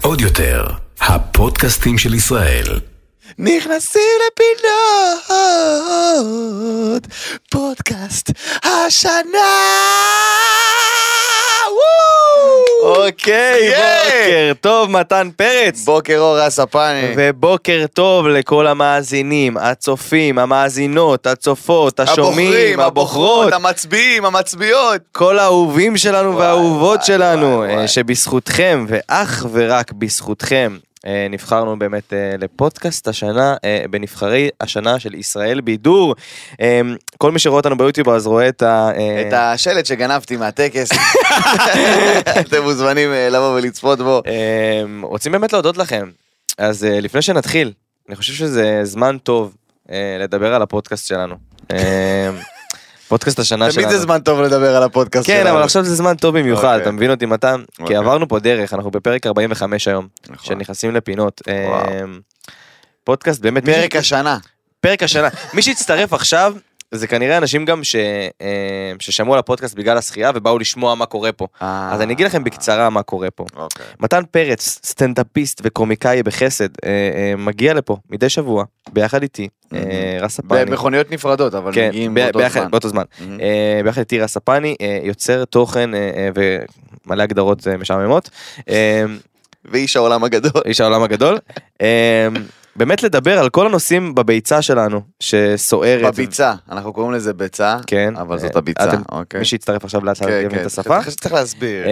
עוד יותר, הפודקאסטים של ישראל. נכנסים לפינות פודקאסט השנה! וואו! אוקיי, Yeah. בוקר טוב, מתן פרץ. בוקר אור הספני. ובוקר טוב לכל המאזינים, הצופים, המאזינות, הצופות, השומעים, הבוחרות, המצביעים, המצביעות. כל האהובים שלנו וואי, והאהובות וואי, שלנו, וואי, אה, וואי. שבזכותכם ואך ורק בזכותכם אה, נבחרנו באמת אה, לפודקאסט השנה, אה, בנבחרי השנה של ישראל בידור. אה, כל מי שרואה אותנו ביוטיוב אז רואה את ה... אה, את השלט שגנבתי מהטקס. אתם מוזמנים אה, לבוא ולצפות בו. אמ, רוצים באמת להודות לכם. אז אה, לפני שנתחיל, אני חושב שזה זמן טוב אה, לדבר על הפודקאסט שלנו. אמ, פודקאסט השנה שלנו. תמיד זה זמן טוב לדבר על הפודקאסט שלנו. כן, אבל עכשיו זה זמן טוב במיוחד, אוקיי. אתה מבין אותי מתן? כי אוקיי. עברנו פה דרך, אנחנו בפרק 45 היום, נכון. שנכנסים לפינות. אמ, וואו. פודקאסט באמת, מי פרק ש- השנה. פרק השנה. מי שהצטרף עכשיו, זה כנראה אנשים גם ש- אמ, ששמעו על הפודקאסט בגלל השחייה ובאו לשמוע מה קורה פה. אז אני אגיד לכם בקצרה מה קורה פה. אה. אוקיי. מתן פרץ, סטנדאפיסט וקומיקאי בחסד, אה, אה, מגיע לפה מדי שבוע, ביחד איתי, אה, רס ב- הפני. מכוניות נפרדות, אבל כן, מגיעים ב- באותו ביחד- זמן. באותו זמן. מהמם. אה, ביחד איתי רס הפני, אה, יוצר תוכן אה, אה, ומלא הגדרות אה, משעממות. אה, ואיש העולם הגדול. איש העולם הגדול. אה, באמת לדבר על כל הנושאים בביצה שלנו, שסוערת. בביצה, אנחנו קוראים לזה ביצה, כן. אבל זאת אה, הביצה, אתם- אוקיי. כן, מי שיצטרף עכשיו לאט לאט יבין את השפה. חושב שצריך להסביר. כן,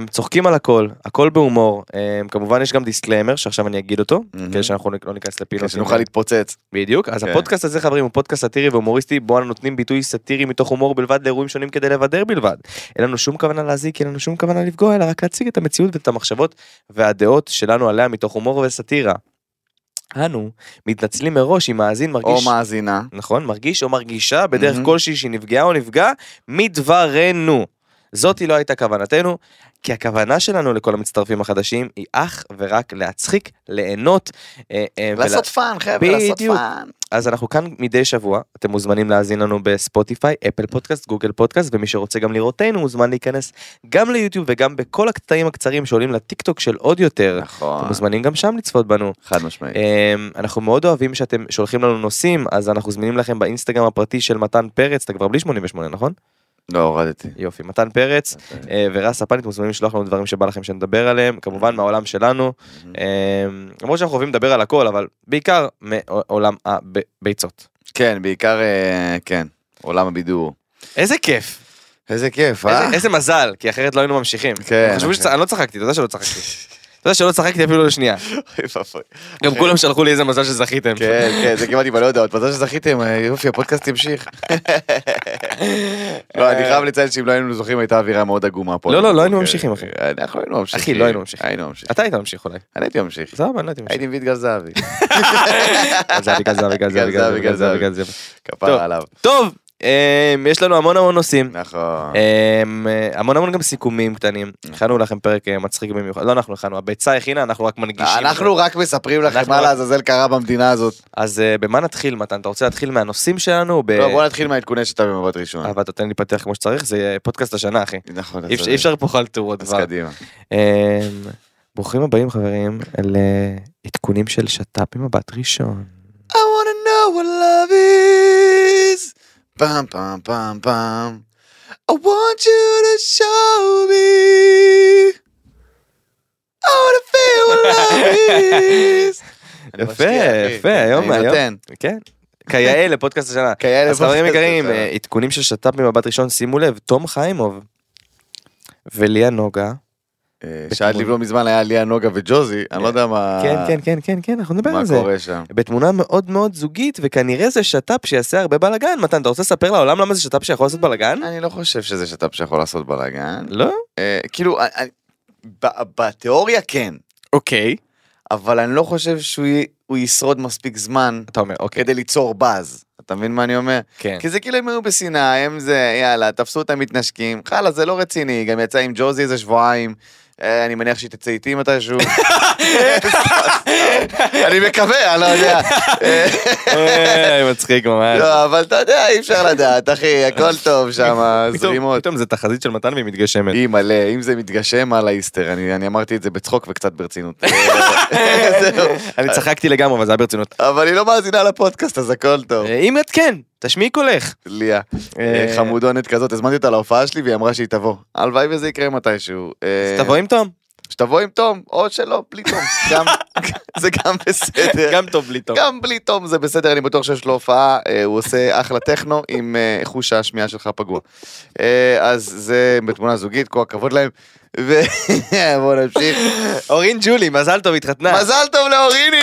אמ, צוחקים על הכל, הכל בהומור. אמ, כמובן יש גם דיסקליימר שעכשיו אני אגיד אותו, מהמם. כדי שאנחנו לא ניכנס כדי לפינות. שנוכל להתפוצץ. בדיוק. אז כן. הפודקאסט הזה חברים הוא פודקאסט סאטירי והומוריסטי, בו אנו נותנים ביטוי סאטירי מתוך הומור בלבד לאירועים שונים כדי לבדר בלבד. אין לנו שום כוונה להזיק, אין לנו שום כוונה לפגוע, אלא רק להציג את המציאות ואת המחשבות והדעות שלנו עליה מתוך הומור וסאטירה. אנו מתנצלים מראש אם מאזין או מרגיש... מאזינה. נכון, מרגיש או מרגישה בדרך מהמם. כלשהי שהיא נפגעה או נפגע מדברנו. זאתי לא הייתה כוונתנו, כי הכוונה שלנו לכל המצטרפים החדשים היא אך ורק להצחיק, ליהנות. אה, אה, ולה- לעשות פאן, חבר'ה, לעשות בדיוק. פאן. אז אנחנו כאן מדי שבוע, אתם מוזמנים להאזין לנו בספוטיפיי, אפל פודקאסט, גוגל פודקאסט, ומי שרוצה גם לראותנו מוזמן להיכנס גם ליוטיוב וגם בכל הקטעים הקצרים שעולים לטיק טוק של עוד יותר. אתם נכון, מוזמנים גם שם לצפות בנו. חד משמעית. אמ, אנחנו מאוד אוהבים שאתם שולחים לנו נושאים, אז אנחנו זמינים לכם באינסטגרם הפרטי של מתן פרץ, אתה כבר בלי 88 נכון? לא הורדתי. יופי, מתן פרץ אה, ורס הפאנית מוזמנים לשלוח לנו דברים שבא לכם שנדבר עליהם, כמובן מהעולם שלנו, אמ, למרות שאנחנו אוהבים לדבר על הכל, אבל בעיקר מעולם הביצות. כן, בעיקר, אה, כן, עולם הבידור. איזה כיף, איזה כיף, איזה- אה? איזה מזל, כי אחרת לא היינו ממשיכים. כן, חשבו אוקיי. שצ- אני לא צחקתי, אתה יודע שלא צחקתי. אתה יודע שלא צחקתי אפילו לשנייה. אוי ואבוי. גם כולם שלחו לי איזה מזל שזכיתם. כן, כן, זה כמעט עם הלא יודעות. מזל שזכיתם, אה, יופי, הפודקאסט ימשיך. לא, אני חייב לציין שאם לא היינו זוכים הייתה אווירה מאוד עגומה פה. לא, לא, לא היינו אוקיי. ממשיכים, אחי. אנחנו היינו ממשיכים. אחי, לא היינו ממשיכים. היינו ממשיכים. אתה היית ממשיך אולי. אני הייתי ממשיך. סבבה, אני לא הייתי ממשיך. הייתי מביא את גל זהבי. בגלל זה, בגלל זה, בגלל זה, בגלל זה, בגלל זה, בגלל זה. טוב. כפרה עליו. טוב, אמ, יש לנו המון המון נושאים. נכון. אמ, המון המון גם סיכומים קטנים. הכנו לכם פרק אה, מצחיק במיוחד. לא אנחנו הכנו, הביצה הכינה, אנחנו רק מנגישים. אנחנו רק מספרים לכם אנחנו מה רק- לעזאזל קרה במדינה הזאת. אז אה, במה נתחיל, מתן? אתה רוצה להתחיל מהנושאים שלנו? ב- לא, בוא נתחיל מהעדכוני שאתה במבט ראשון. אבל אתה תן לי פתח כמו שצריך, זה פודקאסט השנה, אחי. נכון, אתה אי אפשר- צודק. אי אפשר פה חלטורות. אז כבר. קדימה. אמ, ברוכים הבאים, חברים, לעדכונים של שת"פ במבט ראשון. I wanna know what love is. פעם פעם פעם פעם. I want you to show me. I wanna feel what love is. אני יפה, משקיע, אחי. יפה, היום, אני היום. נותן. כן. כיאה לפודקאסט השנה. כיאה אז חברים לפודקאסט יקרים, השנה. אה, עדכונים של שת"פ ממבט ראשון, שימו לב, תום חיימוב וליה נוגה. אה, שעד לפני לא מזמן היה ליה נוגה וג'וזי, אני לא יודע מה... כן, כן, כן, כן, כן, אנחנו נדבר מה על זה. קורה שם. בתמונה מאוד מאוד זוגית, וכנראה זה שת"פ שיעשה הרבה בלאגן. מתן, אתה רוצה לספר לעולם למה זה שת"פ שיכול לעשות בלאגן? אני לא חושב שזה שת"פ שיכול לעשות בלאגן. לא? אה, כאילו, אני- אני- ב- בתיאוריה כן, אוקיי. אבל אני לא חושב שהוא י- הוא ישרוד מספיק זמן אתה אומר, אוקיי. כדי ליצור באז. אתה מבין מה אני אומר? כן. כי זה כאילו הם היו בסיני, הם זה, יאללה, תפסו אותם מתנשקים, חלה, זה לא רציני, גם יצא עם ג'וזי איזה שבועיים, אה, אני מניח שהיא תצא איתי מתישהו. אני מקווה, אני לא יודע. אה, אה, מצחיק ממש. לא, אבל אתה יודע, אי אפשר לדעת, אחי, הכל טוב שם, פתאום- זרימות. פתאום זה תחזית של מתן והיא מתגשמת. אי מלא, אם זה מתגשם על ההיסטר, אני אני אמרתי את זה בצחוק וקצת ברצינות. זהו. אני צחקתי לגמרי, אבל זה היה ברצינות. אבל היא לא מאזינה לפודקאסט, אז הכל טוב. אה, אם את כן, תשמיעי קולך. ליה, אה, חמודונת כזאת, הזמנתי אותה להופעה שלי והיא אמרה שהיא תבוא. הלוואי וזה יקרה מתישהו. אה, אז תבוא עם תום. שתבוא עם תום, או שלא, בלי תום. גם- זה גם בסדר. גם טוב בלי תום. גם בלי תום זה בסדר, אני בטוח שיש לו הופעה, אה, הוא עושה אחלה טכנו עם אה, חוש השמיעה שלך פגוע. אה, אז זה בתמונה זוגית, כל הכבוד להם. ובואו נמשיך. אורין ג'ולי, מזל טוב, התחתנה. מזל טוב לאוריני!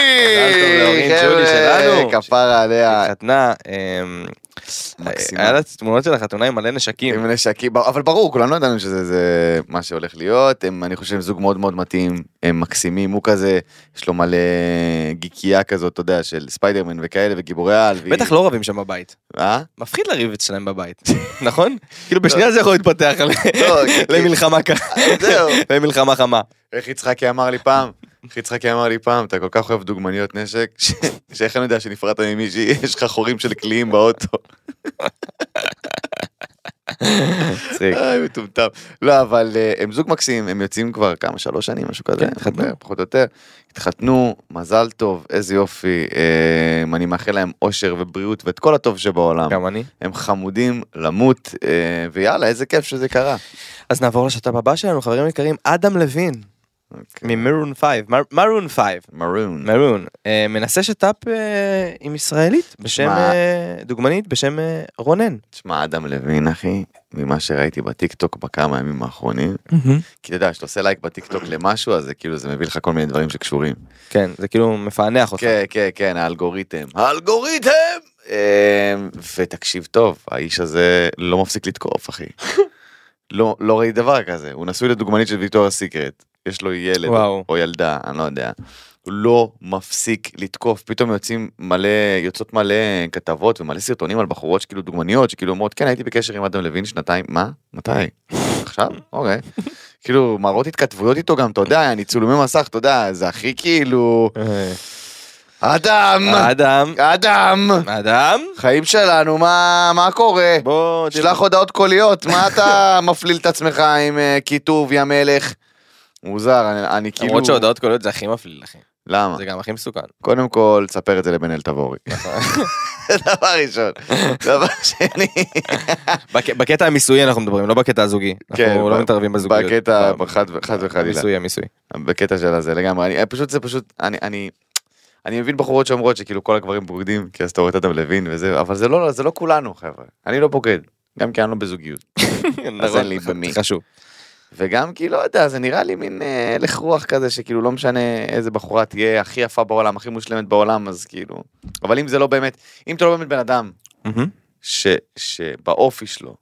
מזל טוב לאורין ג'ולי חבר'ה, שלנו. כפרה עליה, התחתנה, אמ, מקסימה. היה לה תמונות של החתונה עם מלא נשקים. עם נשקים, אבל ברור, כולנו ידענו שזה זה מה שהולך להיות, הם, אני חושב, זוג מאוד מאוד מתאים, הם מקסימים, הוא כזה, יש לו מלא גיקייה כזאת, אתה יודע, של ספיידרמן וכאלה, וגיבורי על. בטח לא רבים שם בבית. אה? מפחיד לריב שלהם בבית, נכון? כאילו בשנייה זה יכול להתפתח ל- לא, כי- למלחמה ככה. זהו. למלחמה חמה. איך יצחקי אמר לי פעם? איך יצחקי אמר לי פעם, אתה כל כך אוהב דוגמניות נשק, ש- שאיך אני יודע שנפרדת ממישהי, יש לך חורים של קליעים באוטו. מצחיק. איי, אה, מטומטם. לא, אבל אה, הם זוג מקסים, הם יוצאים כבר כמה, שלוש שנים, משהו כזה, כן, התחתנו. אה, פחות או יותר. התחתנו, מזל טוב, איזה יופי. אה, אני מאחל להם אושר ובריאות ואת כל הטוב שבעולם. גם אני. הם חמודים למות, אה, ויאללה, איזה כיף שזה קרה. אז נעבור לשת"פ הבא שלנו, חברים יקרים, אדם לוין. ממרון 5. מרון 5. מרון. מרון. אה, מנסה שת"פ אה, עם ישראלית בשם, מה? אה, דוגמנית בשם אה, רונן. תשמע, אדם לוין, אחי, ממה שראיתי בטיקטוק בכמה ימים האחרונים, כי אתה יודע, כשאתה עושה לייק בטיקטוק למשהו, אז זה כאילו, זה מביא לך כל מיני דברים שקשורים. כן, זה כאילו מפענח אותך. כן, כן, כן, האלגוריתם. האלגוריתם! אמ, ותקשיב טוב, האיש הזה לא מפסיק לתקוף, אחי. לא, לא ראיתי דבר כזה. הוא נשוי לדוגמנית של ויטוריה סיקרט. יש לו ילד וואו. או ילדה, אני לא יודע. הוא לא מפסיק לתקוף. פתאום יוצאים מלא, יוצאות מלא כתבות ומלא סרטונים על בחורות שכאילו דוגמניות, שכאילו אומרות, כן, הייתי בקשר עם אדם לוין שנתיים, מה? מתי? עכשיו? אוקיי. כאילו, מראות התכתבויות איתו גם, אתה יודע, אני צילומי מסך, אתה יודע, זה הכי כאילו... אה, אדם! אדם, אדם! אדם, חיים שלנו, מה, מה קורה? בוא שלח תשלח הודעות קוליות, מה אתה מפליל את עצמך עם אה, קיטוב, יא מלך? מוזר, אני, אני כאילו... למרות שהודעות קוליות זה הכי מפליל, אחי. למה? זה גם הכי מסוכן. קודם כל, תספר את זה לבן אל תבורי. נכון. זה דבר ראשון. דבר שני, בק- בקטע המיסויי אנחנו מדברים, לא בקטע הזוגי. כן, אנחנו ב- לא מתערבים בזוגיות. לא. בקטע, ב- חד ו- חד וחלילה. המיסוי, המיסוי. בקטע של הזה לגמרי, אני, אה, פשוט זה פשוט, אני, אני, אני מבין בחורות שאומרות שכאילו כל הגברים בוגדים, כי אז אתה רואה את אדם לוין וזה, אבל זה לא, זה לא כולנו חבר'ה, אני לא בוגד, גם כי אני לא בזוגיות, נכון, לי במי. חשוב. וגם כי לא יודע, זה נראה לי מין אה, הלך רוח כזה שכאילו לא משנה איזה בחורה תהיה הכי יפה בעולם, הכי מושלמת בעולם, אז כאילו, אבל אם זה לא באמת, אם אתה לא באמת בן אדם, מהמם. ש, שבאופי שלו,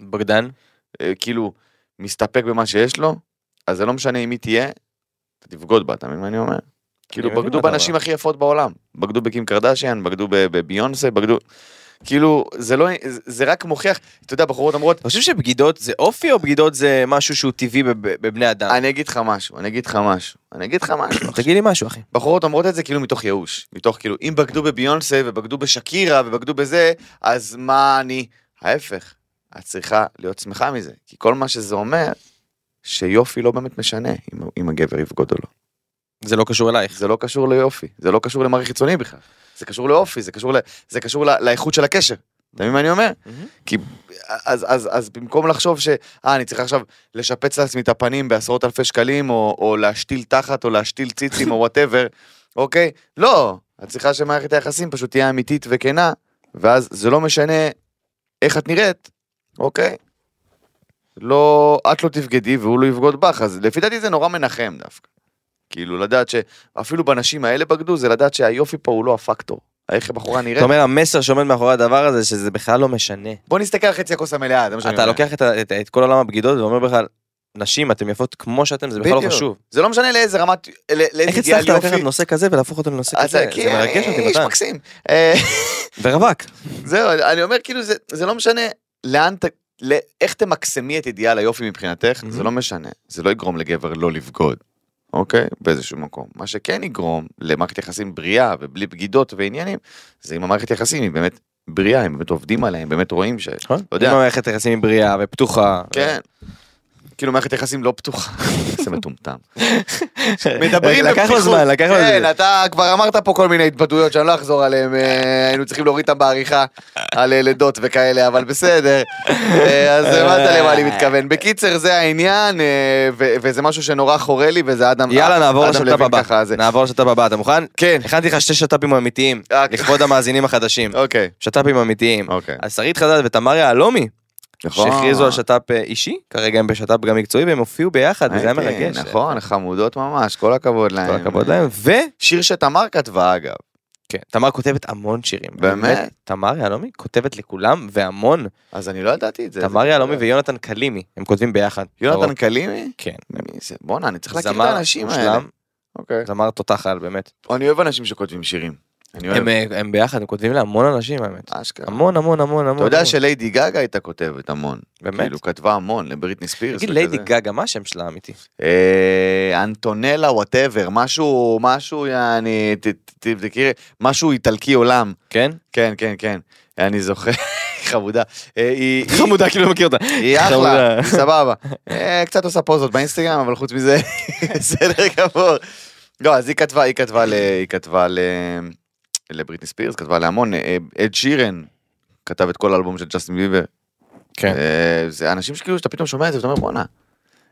בוגדן? אה, כאילו, מסתפק במה שיש לו, אז זה לא משנה עם מי תהיה, אתה תבגוד בה, אתה מבין מה אני אומר? כאילו, מבין בגדו מה אתה בנשים הכי יפות בעולם. בגדו בקים קרדשיאן, בגדו ב- בביונסה, בגדו... כאילו, זה לא... זה- זה רק מוכיח, אתה יודע, בחורות אומרות, אתה חושב שבגידות זה אופי או בגידות זה משהו שהוא טבעי בב- בבני אדם? אני אגיד לך משהו, אני אגיד לך משהו, אני אגיד לך משהו. עכשיו, תגיד לי משהו אחי. בחורות אומרות את זה כאילו מתוך ייאוש. מתוך כאילו, אם בגדו בביונסה ובגדו בשקירה ובגדו בזה, אז מה אני... ההפך, את צריכה להיות שמחה מזה. כי כל מה שזה אומר, שיופי לא באמת משנה אם, אם הגבר יבגוד או לא. זה לא קשור אלייך. זה לא קשור ליופי, זה לא קשור למערכת חיצונית בכלל. זה קשור לאופי, זה קשור, ל... זה קשור ל... לאיכות של הקשר. אתה מבין מה אני אומר? מהמם. כי אז, אז, אז במקום לחשוב ש... אה, אני צריך עכשיו לשפץ לעצמי את הפנים בעשרות אלפי שקלים, או, או להשתיל תחת, או להשתיל ציצים, או וואטאבר, אוקיי? לא, את צריכה שמערכת היחסים פשוט תהיה אמיתית וכנה, ואז זה לא משנה איך את נראית, אוקיי? לא, את לא תבגדי והוא לא יבגוד בך, אז לפי דעתי זה נורא מנחם דווקא. כאילו, לדעת שאפילו בנשים האלה בגדו, זה לדעת שהיופי פה הוא לא הפקטור. איך הבחורה נראית. אתה אומר המסר שעומד מאחורי הדבר הזה שזה בכלל לא משנה. בוא נסתכל על חצי הכוס המלאה, זה מה שאני אתה אומר. לוקח את ה- את- את כל עולם הבגידות ואומר בכלל, נשים אתם יפות כמו שאתם זה בכלל לא בדיוק. חשוב. זה לא משנה לאיזה רמת, לא- איך לאיזה אידיאל הצלחת לקחת יופי. נושא כזה ולהפוך אותו לנושא אתה- כזה? כי זה כן, מרגש אני אותי איש מתן. מקסים. אה, ורווק. זהו, אני אומר כאילו, זה- זה לא משנה לאן ת- לאיך תמקסמי את אידיאל היופי מבחינתך, זה לא משנה. זה לא יגרום לגבר לא לבגוד, אוקיי? באיזשהו מקום. מה שכן יגרום למערכת יחסים בריאה ובלי בגידות ועניינים, זה אם המערכת יחסים היא באמת בריאה, הם באמת עובדים עליה, הם באמת רואים ש... נכון? לא יודע. אם המערכת היחסים היא בריאה ופתוחה. כן. כאילו מערכת יחסים לא פתוחה, זה מטומטם. מדברים אה, לקח לו זמן, לקח לו כן, זמן. אתה כבר אמרת פה כל מיני התבטאויות שאני לא אחזור עליהן, אה, היינו צריכים להוריד אותן בעריכה על אה, לידות וכאלה, אבל בסדר. אה, אז הבנת למה אני מתכוון. בקיצר, זה העניין, אה, ו- וזה משהו שנורא חורה לי, וזה אדם... יאללה נעבור אדם לשת"פ לוין הבא, ככה, זה- נעבור לשת"פ הבא, אתה מוכן? כן. הכנתי לך שתי שת"פים אמיתיים, אה, לכבוד המאזינים החדשים. אוקיי. שת"פים אמיתיים. אוקיי. אז שרית חדד ותמר יהלומי, נכון. שהכריזו על שת"פ אה, אישי, כרגע הם בשת"פ גם מקצועי, והם הופיעו ביחד, וזה היה הייתי, מרגש. נכון, חמודות ממש, כל הכבוד להם. כל הכבוד להם, ו... שיר שתמר כתבה אגב. כן, תמר כותבת המון שירים. באמת? תמר יהלומי כותבת לכולם, והמון. אז אני לא ידעתי את זה. תמר זה- יהלומי ויונתן קלימי, הם כותבים ביחד. יונתן ברוב. קלימי? כן. מי זה? בואנה, אני צריך להכיר את זמר האנשים האלה. מושלם, אוקיי. זמר תותח על, באמת. אני אוהב אנשים שכותבים שירים. אני אוהב. הם, אה, הם ביחד, הם כותבים להמון אנשים, האמת. אשכרה. המון, המון, המון, המון. אה, אתה יודע המון. שליידי גגה הייתה כותבת המון. באמת? כאילו, כתבה המון לבריטני ספירס. תגיד, וכזה. ליידי גגה, מה השם שלה האמיתי? אה, אנטונלה וואטאבר, משהו, משהו, יעני, ת- ת- תבדקי, משהו איטלקי עולם. כן? כן, כן, כן. אני זוכר, חמודה. אה, היא- היא- חמודה, כאילו לא מכיר אותה. היא אחלה, חמודה. היא סבבה. אה, קצת עושה פוזות באינסטגרם, אבל חוץ מזה, בסדר גמור. לא, אז היא כתבה, היא כתבה ל... היא כתבה ל... לבריטני ספירס, כתבה להמון, אה, אד שירן כתב את כל האלבום של ג'סטין ביבר. כן. אה, זה אנשים שכאילו, שאתה פתאום שומע את זה ואתה אומר, בואנה.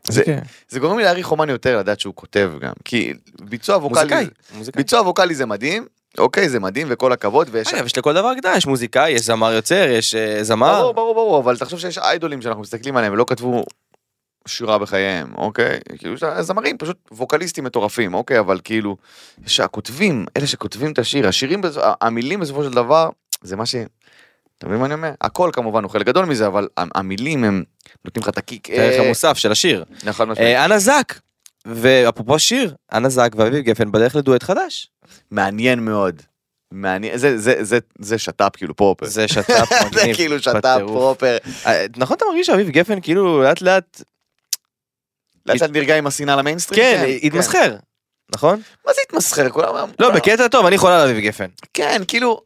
זה- כן. זה גורם לי להעריך אומן יותר לדעת שהוא כותב גם, כי ביצוע ווקאלי, מוזיקאי. מוזיקאי. ביצוע ווקאלי זה מדהים, אוקיי, זה מדהים וכל הכבוד, ויש... אגב, יש לכל דבר הגדרה, יש מוזיקאי, יש זמר יוצר, יש אה, זמר. ברור, ברור, ברור, אבל תחשוב שיש איידולים שאנחנו מסתכלים עליהם ולא כתבו שירה בחייהם, אוקיי? כאילו, יש זמרים, פשוט ווקליסטים מטורפים, אוקיי? אבל כאילו, שהכותבים, אלה שכותבים את השיר, השירים, בס- המילים בסופו של דבר, זה מה ש... אתה מבין מה אני אומר? הכל כמובן הוא חלק גדול מזה, אבל ה- המילים הם נותנים לך את הקיק. את הערך אה, המוסף של השיר. נכון, משמעית. אה, אנה זק. ואפרופו שיר, אנה זק ואביב גפן בדרך לדואט חדש. מעניין מאוד. מעניין, זה- זה- זה- זה שת"פ כאילו פרופר. זה שת"פ זה מגניב. כאילו שת"פ בטירוף. פרופר. אה, נכון אתה מרגיש שאביב גפן כאילו לאט לאט, לאט לאט נרגע עם השנאה למיינסטרים? כן, התמסחר. נכון? מה זה התמסחר? כולם... אה, לא, כולם- בקטע טוב, אני חולה על אביב גפן. כן, כאילו,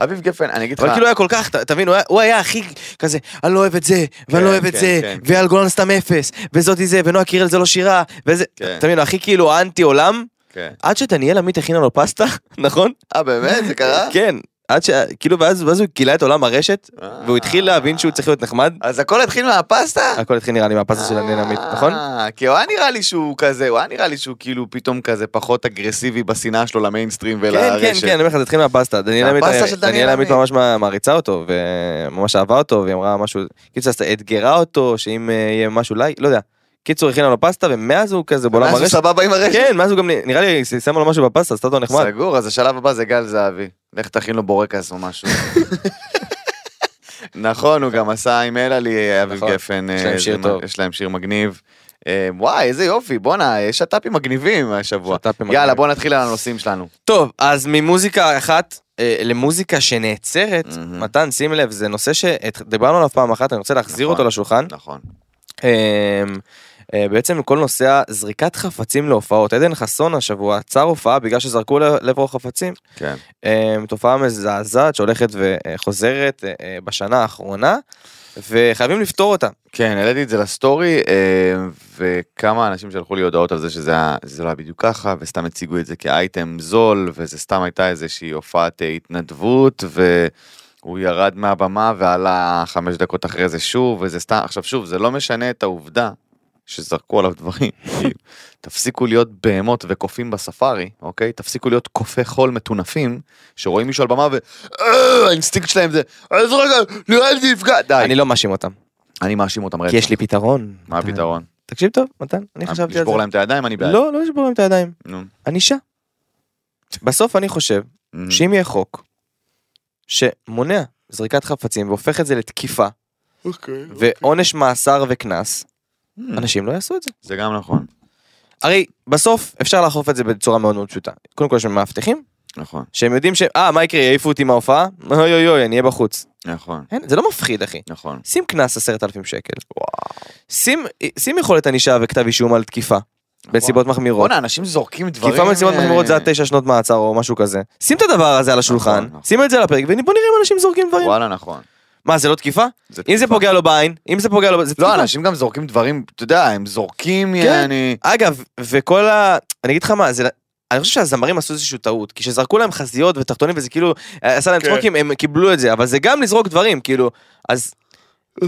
אביב גפן, אני אגיד לך, אבל כאילו היה כל כך, ת- תבין, הוא היה- הוא היה הכי כזה, אני לא אוהב את זה, ואני לא אוהב את כן, זה, כן, ואייל גולן סתם אפס, וזאתי זה, ונועה קירל זה לא שירה, וזה, כן. תבין, הוא הכי כאילו אנטי עולם, כן. עד שדניאל עמית הכינה לו פסטה, נכון? אה באמת, זה קרה? כן, עד ש... כאילו, ואז ואז הוא גילה את עולם הרשת, אה. והוא התחיל להבין שהוא צריך להיות נחמד, אז הכל התחיל מהפסטה? הכל התחיל נראה לי מהפסטה של דניאל עמית, נכון? אה, כי הוא היה נראה לי שהוא כזה, הוא היה נראה לי שהוא כאילו פתאום כזה פחות אגרסיבי בשנאה שלו למיינסטרים כן, ולרשת. כן, כן, אני אומר לך, זה התחיל מהפסטה. דניאל עמית- מהפסטה של דניאל דניאל עמית עמית. ממש מעריצה אותו, וממש אהבה אותו, והיא אמרה משהו, קיצור, אז אתגרה אותו, שאם אה, יהיה משהו לייק, לא יודע. קיצור, הכינה לו פסטה, ומאז הוא כזה בעולם משהו הרשת. סבבה עם הרשת? כן, מאז הוא גם, נ- נראה לי, שמה לו משהו בפסטה, עשתה אותו נחמד. סגור, אז השלב הבא זה גל זהבי. לך תכין לו בורקס או משהו. נכון, הוא גם עשה עם אלה אביב נכון. גפן. יש להם אה, שיר זה- טוב. יש להם שיר מגניב. אה, וואי, איזה יופי, בואנה, יש שת"פים מגניבים השבוע. שת"פים מגניבים. יאללה, בוא נתחיל על הנושאים שלנו. טוב, אז ממוזיקה אחת אה, למוזיקה שנעצרת, מהמם. מתן, שים לב, זה נושא שדיברנו עליו פעם אחת, אני רוצה להחזיר נכון. אותו לשולחן. נכון. אמ, אה, בעצם כל נושא זריקת חפצים להופעות. עדן חסון השבוע עצר הופעה בגלל שזרקו ל- לעברו חפצים. כן. אמ, תופעה מזעזעת שהולכת וחוזרת אה, אה, בשנה האחרונה, וחייבים לפתור אותה. כן, העליתי את זה לסטורי, אה, וכמה אנשים שלחו לי הודעות על זה שזה היה- זה לא היה בדיוק ככה, וסתם הציגו את זה כאייטם זול, וזה סתם הייתה איזושהי הופעת אה, התנדבות, והוא ירד מהבמה ועלה חמש דקות אחרי זה שוב, וזה סתם, עכשיו שוב, זה לא משנה את העובדה שזרקו עליו דברים. כאילו, תפסיקו להיות בהמות וקופים בספארי, אוקיי? תפסיקו להיות קופי חול מטונפים, שרואים מישהו על במה ו... "אה, האינסטינקט שלהם זה, אז רגע, נראה לי זה יפגע, אני די. לא מאשים אותם, אני מאשים אותם רצח. כי יש לי פתרון. מה מתן. הפתרון? תקשיב טוב, מתן, אני חשבתי על זה. אה, לשבור להם את הידיים, אני בעד. לא, לא לשבור להם את הידיים. נו. ענישה. בסוף אני חושב Mhm. שאם יהיה חוק שמונע זריקת חפצים והופך את זה לתקיפה, ועונש מאסר וקנס, Mhm. אנשים לא יעשו את זה. זה גם נכון. הרי בסוף אפשר לאכוף את זה בצורה מאוד מאוד פשוטה. קודם כל יש לנו מאבטחים, נכון, שהם יודעים ש... אה, מה יקרה, יעיפו אותי מההופעה? אוי אוי אוי, אני אהיה בחוץ. נכון, אין, זה לא מפחיד, אחי. נכון. שים קנס עשרת אלפים שקל. שים, שים יכולת ענישה וכתב אישום על תקיפה. בנסיבות מחמירות. בואנה, אנשים זורקים דברים... תקיפה בנסיבות אה, מחמירות זה עד תשע שנות מעצר או משהו כזה. שים את הדבר הזה על השולחן, נכון. שים את זה על הפרק, ובוא נראה אם אנשים זורקים דברים. וואלה, נכון. מה, זה לא תקיפה? אם זה תקיפה. פוגע לו בעין, אם זה פוגע לו... זה לא, תקיפה. אנשים גם זורקים דברים, אתה יודע, הם זורקים, כן. יעני... אגב, וכל ה... אני אגיד לך מה, זה... אני חושב שהזמרים עשו איזושהי טעות, כי כשזרקו להם חזיות ותחתונים וזה כאילו, אה, עשה להם כן. צחוקים, הם קיבלו את זה, אבל זה גם לזרוק דברים, כאילו, אז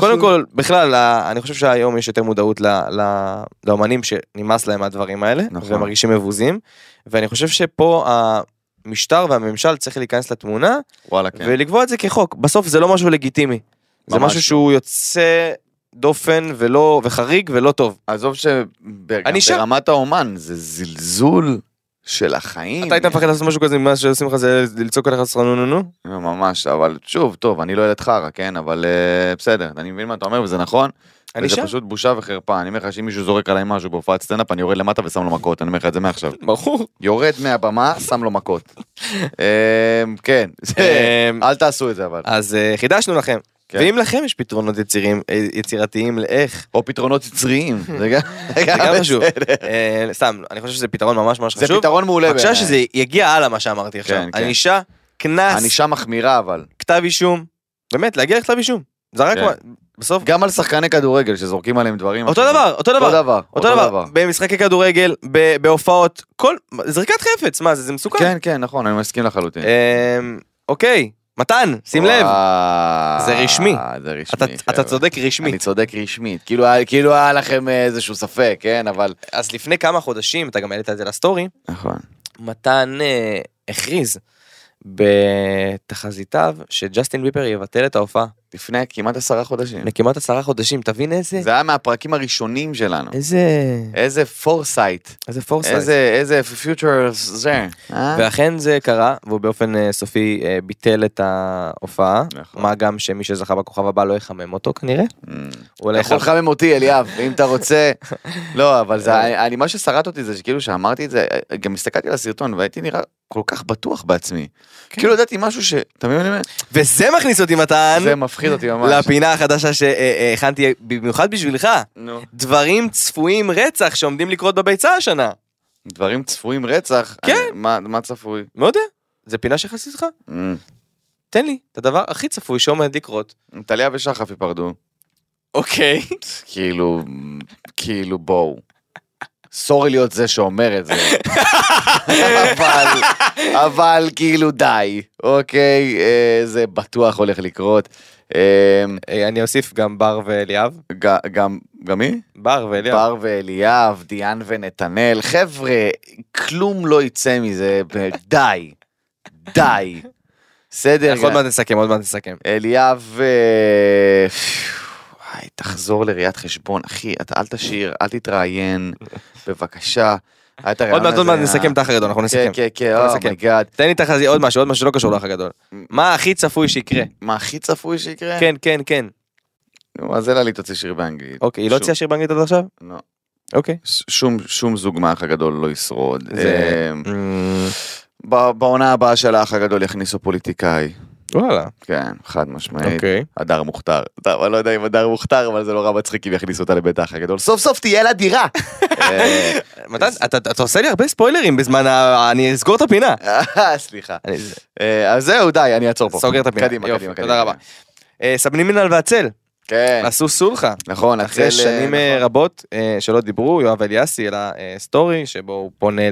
קודם כל, בכלל, ה- אני חושב שהיום יש יותר מודעות ל- ל- לאומנים שנמאס להם מהדברים האלה, נכון. והם מרגישים מבוזים, ואני חושב שפה המשטר והממשל צריך להיכנס לתמונה, וואלה, כן. ולקבוע את זה כחוק. בסוף זה לא משהו לגיטימי. זה ממש. לא. משהו שהוא יוצא דופן ולא, וחריג ולא טוב. עזוב אני שם. שברמת האומן זה זלזול של החיים. אתה היית מפחד לעשות משהו כזה ממה שעושים לך זה לצעוק עליך סרנו נו נו נו? ממש, אבל שוב, טוב, אני לא ילד חרא, כן? אבל אה, בסדר, אני מבין מה אתה אומר וזה נכון. אני וזה שם. פשוט בושה וחרפה. אני אומר לך שאם מישהו זורק עליי משהו בהופעת סטנדאפ, אני יורד למטה ושם לו מכות, אני אומר לך את זה מעכשיו. ברור. יורד מהבמה, שם לו מכות. אה, כן, זה- אמ, אל תעשו את זה אבל. אז אה, חידשנו לכם. כן. ואם לכם יש פתרונות יצירים- אה, יצירתיים לאיך, או פתרונות יצריים, זה גם זה גם חשוב. בסדר. אה, סתם, אני חושב שזה פתרון ממש ממש זה חשוב. פתרון מעולה בבקשה בעיניי. שזה יגיע הלאה מה שאמרתי עכשיו. כן. ענישה, קנס, ענישה מחמירה אבל. כתב אישום. באמת, להגיע לכתב אישום. זה רק כן. מה- בסוף גם על שחקני כדורגל שזורקים עליהם דברים. אותו אחי. דבר, אותו דבר. אותו דבר. אותו דבר, במשחקי כדורגל, ב- בהופעות, כל, זריקת חפץ, מה זה, זה מסוכן. כן, כן, נכון, אני מסכים לחלוטין. אמ, אוקיי, מתן, שים לב, וואו, זה רשמי. זה רשמי. אתה- אתה חבר'ה. צודק רשמית. אני צודק רשמית. כאילו היה- כאילו היה לכם איזשהו ספק, כן, אבל... אז לפני כמה חודשים, אתה גם העלית את זה לסטורי, נכון. מתן אה, הכריז בתחזיתיו שג'סטין ביבר יבטל את ההופעה. לפני כמעט עשרה חודשים. לכמעט עשרה חודשים, תבין איזה, כן. זה היה מהפרקים הראשונים שלנו. איזה, איזה פורסייט. איזה פורסייט. איזה איזה פיוטר זה. אה? ואכן זה קרה, והוא באופן אה, סופי אה, ביטל את ההופעה. נכון. מה גם שמי שזכה בכוכב הבא לא יחמם אותו כנראה. הוא אתה אולי יכול יכול לחמם אותי אליאב אם אתה רוצה. לא אבל זה אני- אני מה ששרט אותי זה שכאילו שאמרתי את זה גם הסתכלתי על הסרטון והייתי נראה כל כך בטוח בעצמי. כאילו ידעתי משהו ש... אתה מבין? מה אני אומר? וזה מכניס אותי מתן זה מפחיד אותי ממש. לפינה החדשה שהכנתי במיוחד בשבילך. נו. דברים צפויים רצח שעומדים לקרות בביצה השנה. דברים צפויים רצח. כן. אני- מה- מה צפוי? לא יודע, זה פינה שיחסית לך. אמ. תן לי את הדבר הכי צפוי שעומד לקרות. טליה ושחף ייפרדו. אוקיי. כאילו, כאילו בואו. סורי להיות זה שאומר את זה. אבל, אבל כאילו די, אוקיי? אה, זה בטוח הולך לקרות. אה, אה, אני אוסיף גם בר ואליאב. ג- גם, גם מי? בר ואליאב. בר ואליאב, דיאן ונתנאל. חבר'ה, כלום לא יצא מזה. די. די. בסדר? אנחנו אה, עוד מעט נסכם, עוד מעט נסכם. אליאב, אה, וואי, תחזור לראיית חשבון, אחי, אתה אל תשיר, אל תתראיין, בבקשה. היה את עוד הרעיון מעט עוד מעט הזה, נסכם את האח הגדול, אנחנו אה, כן, נסכם. כן, כן, אנחנו נסכם. אומייגאד. תן לי תחזית, עוד משהו, עוד משהו שלא קשור לאח הגדול. מה הכי צפוי שיקרה? מה הכי צפוי שיקרה? כן, כן, כן. נו, אז אלה לי תוציא שיר באנגלית. אוקיי, היא לא שום- הוציאה שיר באנגלית עד עכשיו? לא. אוקיי. ש- שום, שום זוג מהאח הגדול לא ישרוד. זה- אה, ב- בעונה הבאה של האח הגדול יכניסו פוליטיקאי. וואלה. כן, חד משמעית. אוקיי. הדר מוכתר. טוב, אני לא יודע אם הדר מוכתר, אבל זה נורא מצחיק אם יכניסו אותה לבית האח הגדול. סוף סוף תהיה לה דירה. אה, מתן, אתה אתה עושה לי הרבה ספוילרים בזמן ה... אני אסגור את הפינה. אה, סליחה. אני אה, אז זהו, די, אני אעצור פה. סוגר את הפינה. קדימה, יופי, קדימה, תודה קדימה. רבה. אה, סבלימינל והצל, כן, עשו סולחה. נכון, אחרי הצל, שנים אה, נכון. רבות אה, שלא דיברו, יואב אליאסי העלה אה, סטורי שבו הוא פונה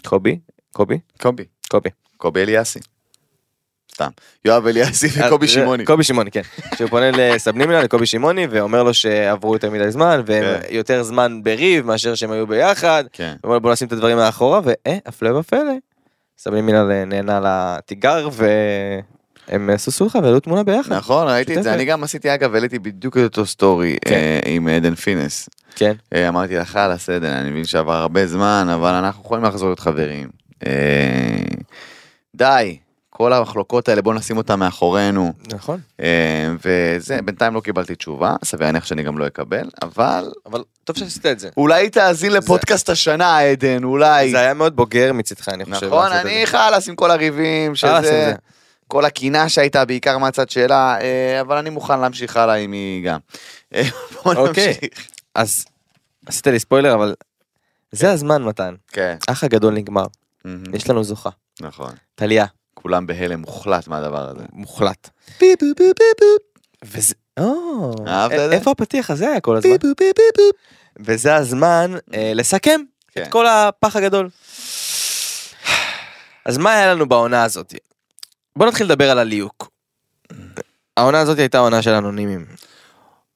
לקובי, קובי, קובי. קובי. קובי אליאסי. סתם. יואב אליאסי וקובי אה, שמעוני. קובי שמעוני, כן. שהוא פונה לסבלימינל, לקובי שמעוני, ואומר לו שעברו יותר מדי זמן, והם כן. יותר זמן בריב מאשר שהם היו ביחד. כן. הוא אומר בוא נשים את הדברים מאחורה, ואה, הפלא ופלא. סבלימינל אה, נהנה לתיגר, והם עשו סולחה והעלו תמונה ביחד. נכון, ראיתי את זה. שותפת. אני גם עשיתי, אגב, העליתי בדיוק את אותו סטורי כן. אה, עם עדן פינס. כן. אה, אמרתי לה, חלאס עדן, אני מבין שעבר הרבה זמן, אבל אנחנו יכולים לחזור להיות חברים. אה, די, כל המחלוקות האלה בוא נשים אותן מאחורינו. נכון. אה, וזה, בינתיים לא קיבלתי תשובה, סביר להניח שאני גם לא אקבל, אבל אבל טוב שעשית את זה. אולי תאזין לפודקאסט השנה עדן, אולי. זה היה מאוד בוגר מצדך, אני חושב. נכון, לעשות את אני זה. חלאס עם כל הריבים, חלאס עם שזה... זה. כל הקינה שהייתה בעיקר מהצד שלה, אה, אבל אני מוכן להמשיך הלאה אם היא גם. אה, בוא אוקיי. נמשיך. אז עשית לי ספוילר, אבל זה הזמן, מתן. כן. האח הגדול נגמר. מהמם. יש לנו זוכה. נכון. טליה. כולם בהלם מוחלט מהדבר הזה. מוחלט. בי בו בו בו בו. וזה... או, אהבת את אה, א- זה? איפה הפתיח הזה היה כל הזמן? בי בו בו בו בו. וזה הזמן אה, לסכם כן. את כל הפח הגדול. אז מה היה לנו בעונה הזאת? בוא נתחיל לדבר על הליהוק. העונה הזאת הייתה עונה של אנונימים.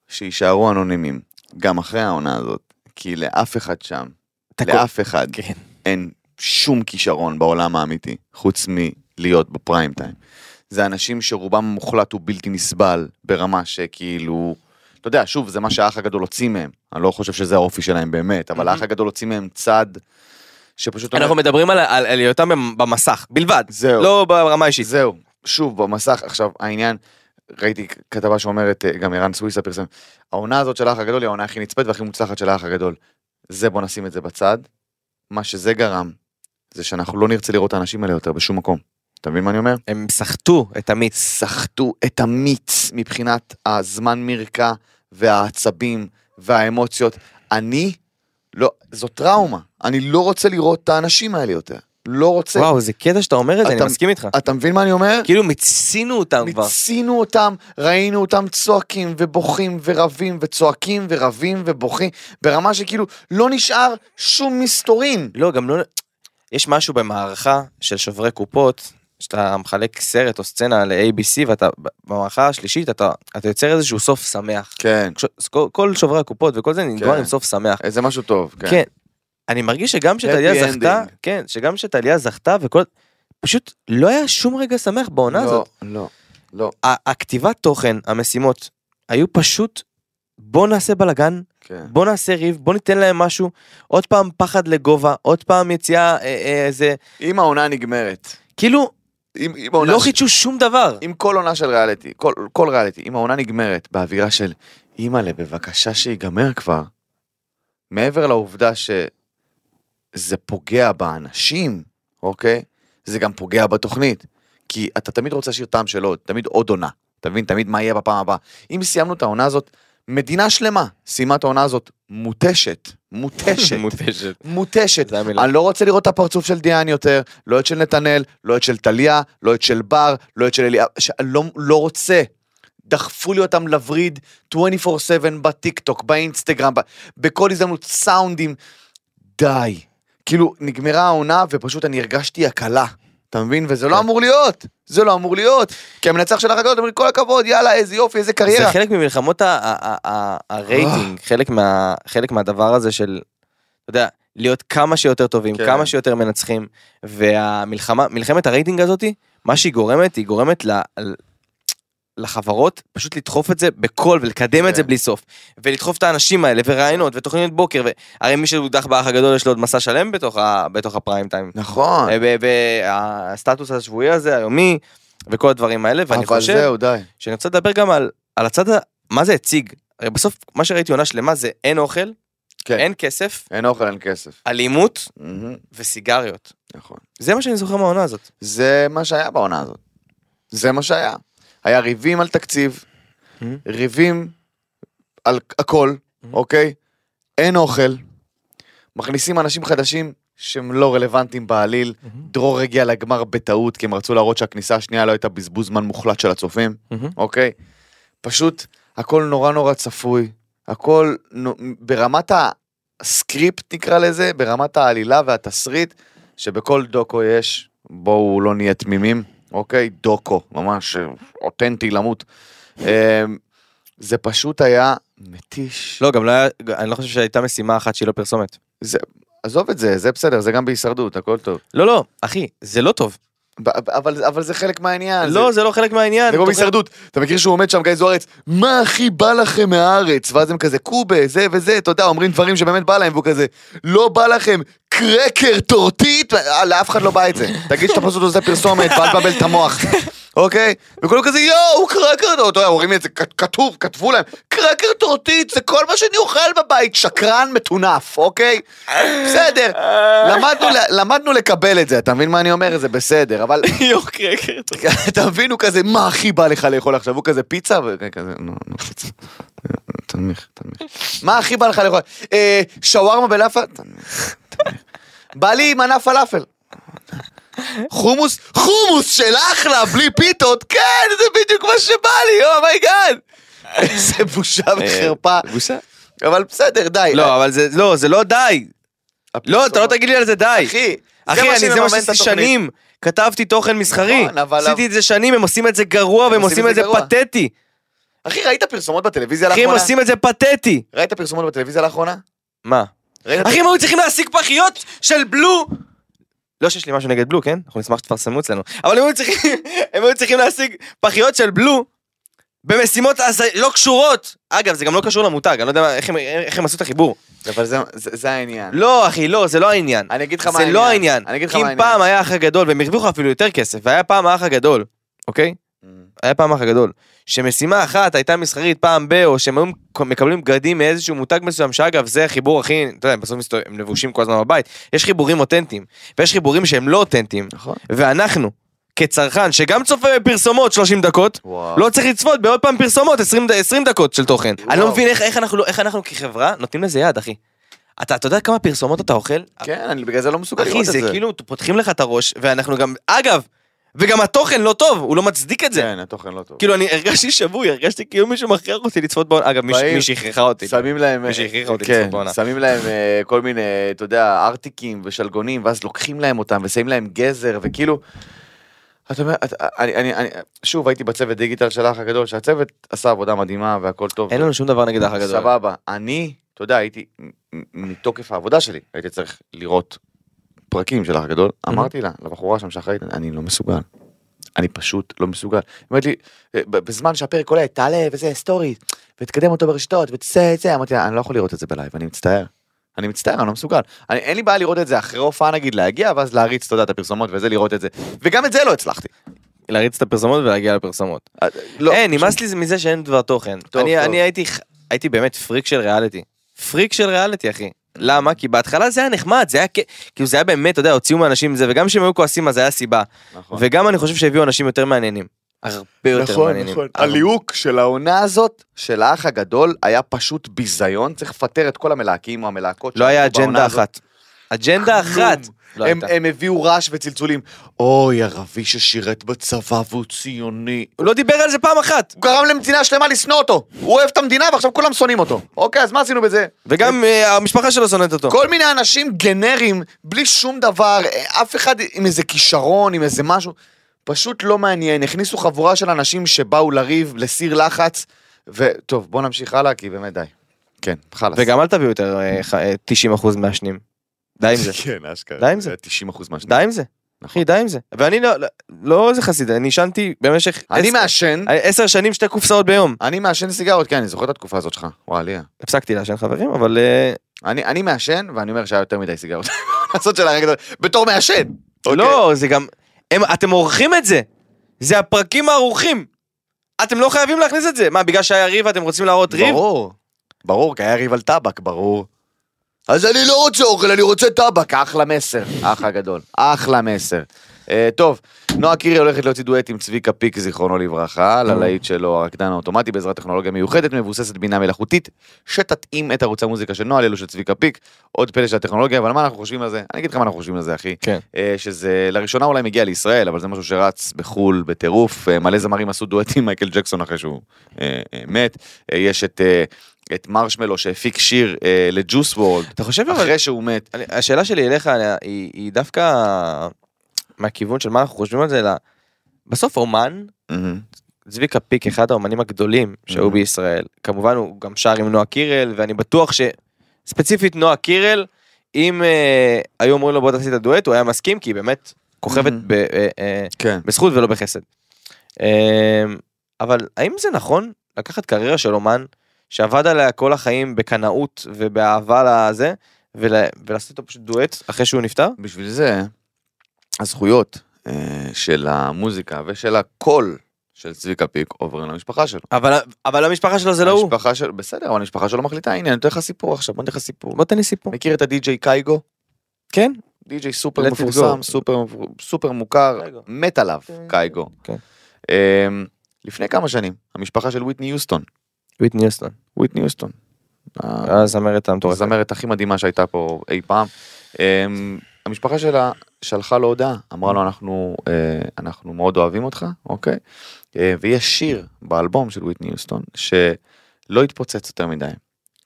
שיישארו אנונימים, גם אחרי העונה הזאת, כי לאף אחד שם, אתה כל- לאף אחד, כן. אין שום כישרון בעולם האמיתי, חוץ מלהיות בפריים טיים. זה אנשים שרובם המוחלט הוא בלתי נסבל, ברמה שכאילו... אתה יודע, שוב, זה מה שהאח הגדול הוציא מהם. אני לא חושב שזה האופי שלהם באמת, אבל האח הגדול הוציא מהם צד שפשוט... אומר, אנחנו מדברים על- על על היותם במ- במסך בלבד, זהו. לא ברמה אישית. זהו, שוב במסך, עכשיו העניין, ראיתי כתבה שאומרת, אה, גם ערן סוויסה פרסם, העונה הזאת של האח הגדול היא העונה הכי נצפית והכי מוצלחת של האח הגדול. זה בוא נשים את זה בצד. מה שזה גרם, זה שאנחנו לא נרצה לראות את האנשים האלה יותר בשום מקום. אתה מבין מה אני אומר? הם סחטו את המיץ. סחטו את המיץ מבחינת הזמן מרקע והעצבים והאמוציות. אני, לא, זו טראומה. אני לא רוצה לראות את האנשים האלה יותר. לא רוצה. וואו, זה קטע שאתה אומר את זה, אני אתה- מסכים איתך. אתה מבין מה אני אומר? כאילו מיצינו אותם כבר. מיצינו אותם, ראינו אותם צועקים ובוכים ורבים וצועקים ורבים ובוכים, ברמה שכאילו לא נשאר שום מסתורין. לא, גם לא... יש משהו במערכה של שוברי קופות, שאתה מחלק סרט או סצנה ל-ABC, ואתה במערכה השלישית, אתה, אתה יוצר איזשהו סוף שמח. כן, כש- כל, כל שוברי הקופות וכל זה נגמר כן. עם סוף שמח. איזה משהו טוב, כן. אני מרגיש שגם Happy שטליה ending. זכתה, כן, שגם שטליה זכתה וכל... פשוט לא היה שום רגע שמח בעונה לא, הזאת. לא, לא, ה- הכתיבת תוכן, המשימות, היו פשוט בוא נעשה בלאגן, כן. בוא נעשה ריב, בוא ניתן להם משהו, עוד פעם פחד לגובה, עוד פעם יציאה אה, אה, איזה, אם העונה נגמרת, כאילו, אם, אם העונה... לא ש- חידשו שום דבר. עם כל עונה של ריאליטי, כל, כל ריאליטי, אם העונה נגמרת באווירה של אימא'לה, בבקשה שיגמר כבר, מעבר לעובדה שזה פוגע באנשים, אוקיי? זה גם פוגע בתוכנית. כי אתה תמיד רוצה להשאיר טעם של עוד, תמיד עוד עונה. אתה מבין? תמיד מה יהיה בפעם הבאה. אם סיימנו את העונה הזאת, מדינה שלמה סיימה את העונה הזאת מותשת. מותשת. מותשת. מותשת. זה המילה. אני לא רוצה לראות את הפרצוף של דיאן יותר, לא את של נתנאל, לא את של טליה, לא את של בר, לא את של אליה, ש... לא, לא רוצה. דחפו לי אותם לווריד 24/7 בטיקטוק, באינסטגרם, ב... בכל הזדמנות, סאונדים. די. כאילו, נגמרה העונה ופשוט אני הרגשתי הקלה. אתה מבין? וזה כן. לא אמור להיות. זה לא אמור להיות. כי המנצח של החגגות אומר, כל הכבוד, יאללה, איזה יופי, איזה זה קריירה. חלק ממלחמות ה- ה- ה- ה- הרייטינג, חלק מה- חלק מהדבר הזה של, אתה יודע, להיות כמה שיותר טובים, כן. כמה שיותר מנצחים, והמלחמה, מלחמת הרייטינג הזאתי, מה שהיא גורמת, היא גורמת ל... ל- לחברות פשוט לדחוף את זה בכל ולקדם את זה כן. בלי סוף ולדחוף את האנשים האלה וראיונות ותוכניות בוקר והרי מי שהודח באח הגדול יש לו עוד מסע שלם בתוך ה- בתוך הפריים טיים. נכון. אה, והסטטוס השבועי הזה, היומי, וכל הדברים האלה, ואני אבל חושב זהו, די. שאני רוצה לדבר גם על, על הצד, ה- מה זה הציג. הרי בסוף מה שראיתי עונה שלמה זה אין אוכל, כן. אין כסף, אין אוכל, אין כסף. אלימות מהמם, וסיגריות. נכון. זה מה שאני זוכר מהעונה הזאת. זה מה שהיה בעונה הזאת. זה מה שהיה. היה ריבים על תקציב, Mhm. ריבים על הכל, Mhm. אוקיי? אין אוכל, מכניסים אנשים חדשים שהם לא רלוונטיים בעליל. דרור הגיע לגמר בטעות, כי הם רצו להראות שהכניסה השנייה לא הייתה בזבוז זמן מוחלט של הצופים. אוקיי? פשוט הכל נורא נורא צפוי, הכל נו- ברמת הסקריפט נקרא לזה, ברמת העלילה והתסריט, שבכל דוקו יש, בואו לא נהיה תמימים, אוקיי? דוקו, ממש אה, אותנטי למות. אמ, זה פשוט היה מתיש. לא, גם לא היה, אני לא חושב שהייתה משימה אחת שהיא לא פרסומת. זה, עזוב את זה, זה בסדר, זה גם בהישרדות, הכל טוב. לא, לא, אחי, זה לא טוב. ב- אבל אבל אה, זה חלק מהעניין. לא, זה לא חלק מהעניין. זה כמו אתה בהישרדות, אתה מכיר שהוא עומד שם גיא זוארץ, מה הכי בא לכם מהארץ? ואז הם כזה קובה, זה וזה, אתה יודע, אומרים דברים שבאמת בא להם, והוא כזה, לא בא לכם קרקר טורטית? אה, לאף אחד לא בא את זה. תגיד שאתה פשוט עושה פרסומת, ואל תבלבל את המוח, אוקיי? וכולם כזה, יואו, קרקר, טורטית." אתה יודע, אומרים לי את זה, כ- כתוב, כתבו להם, קרקר טורטית זה כל מה שאני אוכל בבית, שקרן מטונף, אוקיי? בסדר, למדנו ל- למדנו לקבל את זה, אתה מבין מה אני אומר? זה בסדר, אבל... אומר, יו קרקר. אתה מבין, הוא כזה, מה הכי בא לך לאכול עכשיו? הוא כזה פיצה? וכזה, נו, נו, פיצה. תנמיך, תנמיך. מה הכי בא לך לאכול? "אה, שווארמה בלאפה? תנמיך, תנמיך. בא לי עם ענף פלאפל. חומוס? חומוס של אחלה, בלי פיתות? כן, זה בדיוק מה שבא לי, אומייגאד. איזה בושה וחרפה. בושה. אבל בסדר, די. אה, אה, לא, אבל זה לא, זה לא די. לא, אתה לא תגיד לי על זה די. אחי, אחי, אני זה שמממן מה את שעשיתי התוכנית. שנים. כתבתי תוכן מסחרי. נכון, אבל- עשיתי את זה שנים, הם עושים את זה גרוע והם עושים את זה גרוע. פתטי. אחי, ראית פרסומות בטלוויזיה אחי, הם לאחרונה? עושים את זה פתטי. ראית פרסומות בטלוויזיה לאחרונה? מה? ראית- אחי, הם היו צריכים להשיג פחיות של בלו! לא שיש לי משהו נגד בלו, כן? אנחנו נשמח שתפרסמו אצלנו. אבל הם היו צריכים, הם היו צריכים להשיג פחיות של בלו במשימות אז לא קשורות. אגב, זה גם לא קשור למותג, אני לא יודע מה- איך הם- איך הם עשו את החיבור. אבל זה- זה זה העניין. לא, אחי, לא, זה לא העניין. אני אגיד לך מה זה העניין. לא העניין. אני אגיד לך כי מה אם פעם העניין. היה אח הגדול, והם הרוויחו אפילו יותר כסף, והיה פעם האח הגדול, אוקיי? Mm. היה פעם אח הגדול, שמשימה אחת הייתה מסחרית פעם ב, או שהם היו מקבלים בגדים מאיזשהו מותג מסוים, שאגב זה החיבור הכי, אתה יודע, הם בסוף מסתובב, הם לבושים כל הזמן בבית, יש חיבורים אותנטיים, ויש חיבורים שהם לא אותנטיים, נכון. ואנחנו, כצרכן שגם צופה בפרסומות 30 דקות, וואו. לא צריך לצפות בעוד פעם פרסומות 20, ד- 20 דקות של תוכן. וואו. אני לא מבין איך, איך, אנחנו, לא- איך אנחנו כחברה נותנים לזה יד, אחי. אתה, אתה יודע כמה פרסומות אתה אוכל? כן, אני בגלל זה לא מסוגל לראות אחי, את זה. זה כאילו פותחים לך את הראש, ואנחנו גם, אגב, וגם התוכן לא טוב, הוא לא מצדיק את זה. כן, התוכן לא טוב. כאילו אני הרגשתי שבוי, הרגשתי כאילו מישהו מכריח אותי לצפות בעונה, אגב מישהו- באים, מישהי הכריחה אותי. שמים להם, כאילו- מי שהכריחה אותי כן, לצפות בעונה. שמים להם אה, כל מיני, אתה יודע, ארטיקים ושלגונים, ואז לוקחים להם אותם ושמים להם גזר, וכאילו, אתה אומר, אתה- אני, אני, אני, שוב הייתי בצוות דיגיטל של האח הגדול, שהצוות עשה עבודה מדהימה והכל טוב. אין לנו שום דבר נגד האח הגדול. סבבה, אני, אתה יודע, הייתי, מ- מ- מתוקף העבודה שלי, הייתי צריך לראות פרקים של האח הגדול, אמרתי לה, לבחורה שם שאחראית, אני לא מסוגל. אני פשוט לא מסוגל. היא אומרת לי, "אה, ב- בזמן שהפרק עולה, תעלה וזה, סטורי, ותקדם אותו ברשתות, ותצא, תצא, אמרתי לה, אני לא יכול לראות את זה בלייב, אני מצטער. אני מצטער, אני לא מסוגל. אני, אין לי בעיה לראות את זה אחרי הופעה נגיד, להגיע, ואז להריץ, אתה יודע, את הפרסומות וזה, לראות את זה. וגם את זה לא הצלחתי. להריץ את הפרסומות ולהגיע לפרסומות. אה, לא, אין, נמאס לי מזה שאין דבר תוכן. טוב, אני- טוב. אני הייתי ח- הייתי באמת פריק של ריאליטי. פריק של ריאליטי אחי. למה? כי בהתחלה זה היה נחמד, זה היה כ- כאילו זה היה באמת, אתה יודע, הוציאו מאנשים את זה, וגם כשהם היו כועסים אז זה היה סיבה. נכון. וגם אני חושב שהביאו אנשים יותר מעניינים. הרבה יותר נכון, מעניינים. נכון. הרבה- הליהוק של העונה הזאת, של האח הגדול, היה פשוט ביזיון. צריך לפטר את כל המלהקים או המלהקות. לא היה שעבדו בעונה אג'נדה הזאת. אחת. אג'נדה אחת. לא הם, הייתה. הם הביאו רעש וצלצולים. אוי, ערבי ששירת בצבא והוא ציוני. הוא לא דיבר על זה פעם אחת. הוא גרם למדינה שלמה לשנוא אותו. הוא אוהב את המדינה ועכשיו כולם שונאים אותו. אוקיי, אז מה עשינו בזה? וגם אה, המשפחה שלו שונאת אותו. כל מיני אנשים גנרים, בלי שום דבר, אה, אף אחד עם איזה כישרון, עם איזה משהו, פשוט לא מעניין. הכניסו חבורה של אנשים שבאו לריב, לסיר לחץ, וטוב, בוא נמשיך הלאה, כי באמת די. כן, חלאס. וגם אל תביאו יותר אה, ח- אה, 90% מעשנים. די עם זה. כן, אשכרה. די עם זה. 90% מהשנים. די עם זה. אחי, די עם זה. ואני לא, לא- לא איזה חסיד, אני עישנתי במשך... אני עשר- אה, מעשן, עשר שנים שתי קופסאות ביום. אני מעשן סיגרות, כן, אני זוכר את התקופה הזאת שלך, וואליה. הפסקתי לעשן חברים, אבל... אה, אני אני מעשן, ואני אומר שהיה יותר מדי סיגרות. לעשות של הרגע, בתור מעשן. אוקיי. לא, זה גם... הם- אתם עורכים את זה. זה הפרקים הערוכים. אתם לא חייבים להכניס את זה. מה, בגלל שהיה ריב אתם רוצים להראות ריב? ברור. ברור, כי היה ריב על טבק, ברור. אז אני לא רוצה אוכל, אני רוצה טבק. אחלה מסר, אח הגדול. אחלה מסר. אה, טוב, נועה קירי הולכת להוציא דואט עם צביקה פיק, זיכרונו לברכה, על הלהיט שלו, הרקדן האוטומטי, בעזרת טכנולוגיה מיוחדת, מבוססת בינה מלאכותית, שתתאים את ערוץ המוזיקה של נועה, לאלו של צביקה פיק. עוד פלא של הטכנולוגיה, אבל מה אנחנו חושבים על זה? אני אגיד לך מה אנחנו חושבים על זה, אחי. כן. אה, שזה לראשונה אולי מגיע לישראל, אבל זה משהו שרץ בחו"ל בטירוף. אה, מלא זמרים עשו דואטים עם מייקל ג'קסון אחרי שהוא אה, אה, מת. אה, יש את, אה, את מרשמלו שהפיק שיר אה, לג'וס וורלד, אתה חושב אבל... אחרי שהוא מת. אני- השאלה שלי אליך היא היא דווקא מהכיוון של מה אנחנו חושבים על זה, אלא בסוף אומן מהמם. Mm-hmm. צביקה פיק אחד האומנים הגדולים שהיו Mhm. בישראל כמובן הוא גם שר עם נועה קירל ואני בטוח שספציפית נועה קירל אם אה, היו אומרים לו בוא תעשי את הדואט הוא היה מסכים כי היא באמת כוכבת Mhm. ב- אה, אה, כן. בזכות ולא בחסד. אה, אבל האם זה נכון לקחת קריירה של אומן שעבד עליה כל החיים בקנאות ובאהבה לזה ול- ולעשות איתו פשוט דואט אחרי שהוא נפטר? בשביל זה, הזכויות אה, של המוזיקה ושל הקול של צביקה פיק עוברים למשפחה שלו. אבל, אבל המשפחה שלו זה לא הוא. המשפחה שלו, בסדר, אבל המשפחה שלו מחליטה, הנה, אני נותן לך סיפור עכשיו, בוא נותן לך סיפור. בוא תן לי סיפור. מכיר את הדי-ג'יי קייגו? כן? די-ג'יי סופר Let it מפורסם, go. סופר, סופר מוכר, קייגו. מת עליו, קייגו. כן. אמ, לפני כמה שנים, המשפחה של וויטני יוסטון. אה, וויטני יוסטון. אה, וויטני יוסטון. ה- הזמרת המטורפת. הזמרת הכי מדהימה שהייתה פה אי פעם. אמ, המשפחה שלה שלחה לו הודעה, אמרה לו אנחנו אה, אנחנו מאוד אוהבים אותך, אוקיי? אה, ויש שיר באלבום של וויטני יוסטון שלא התפוצץ יותר מדי.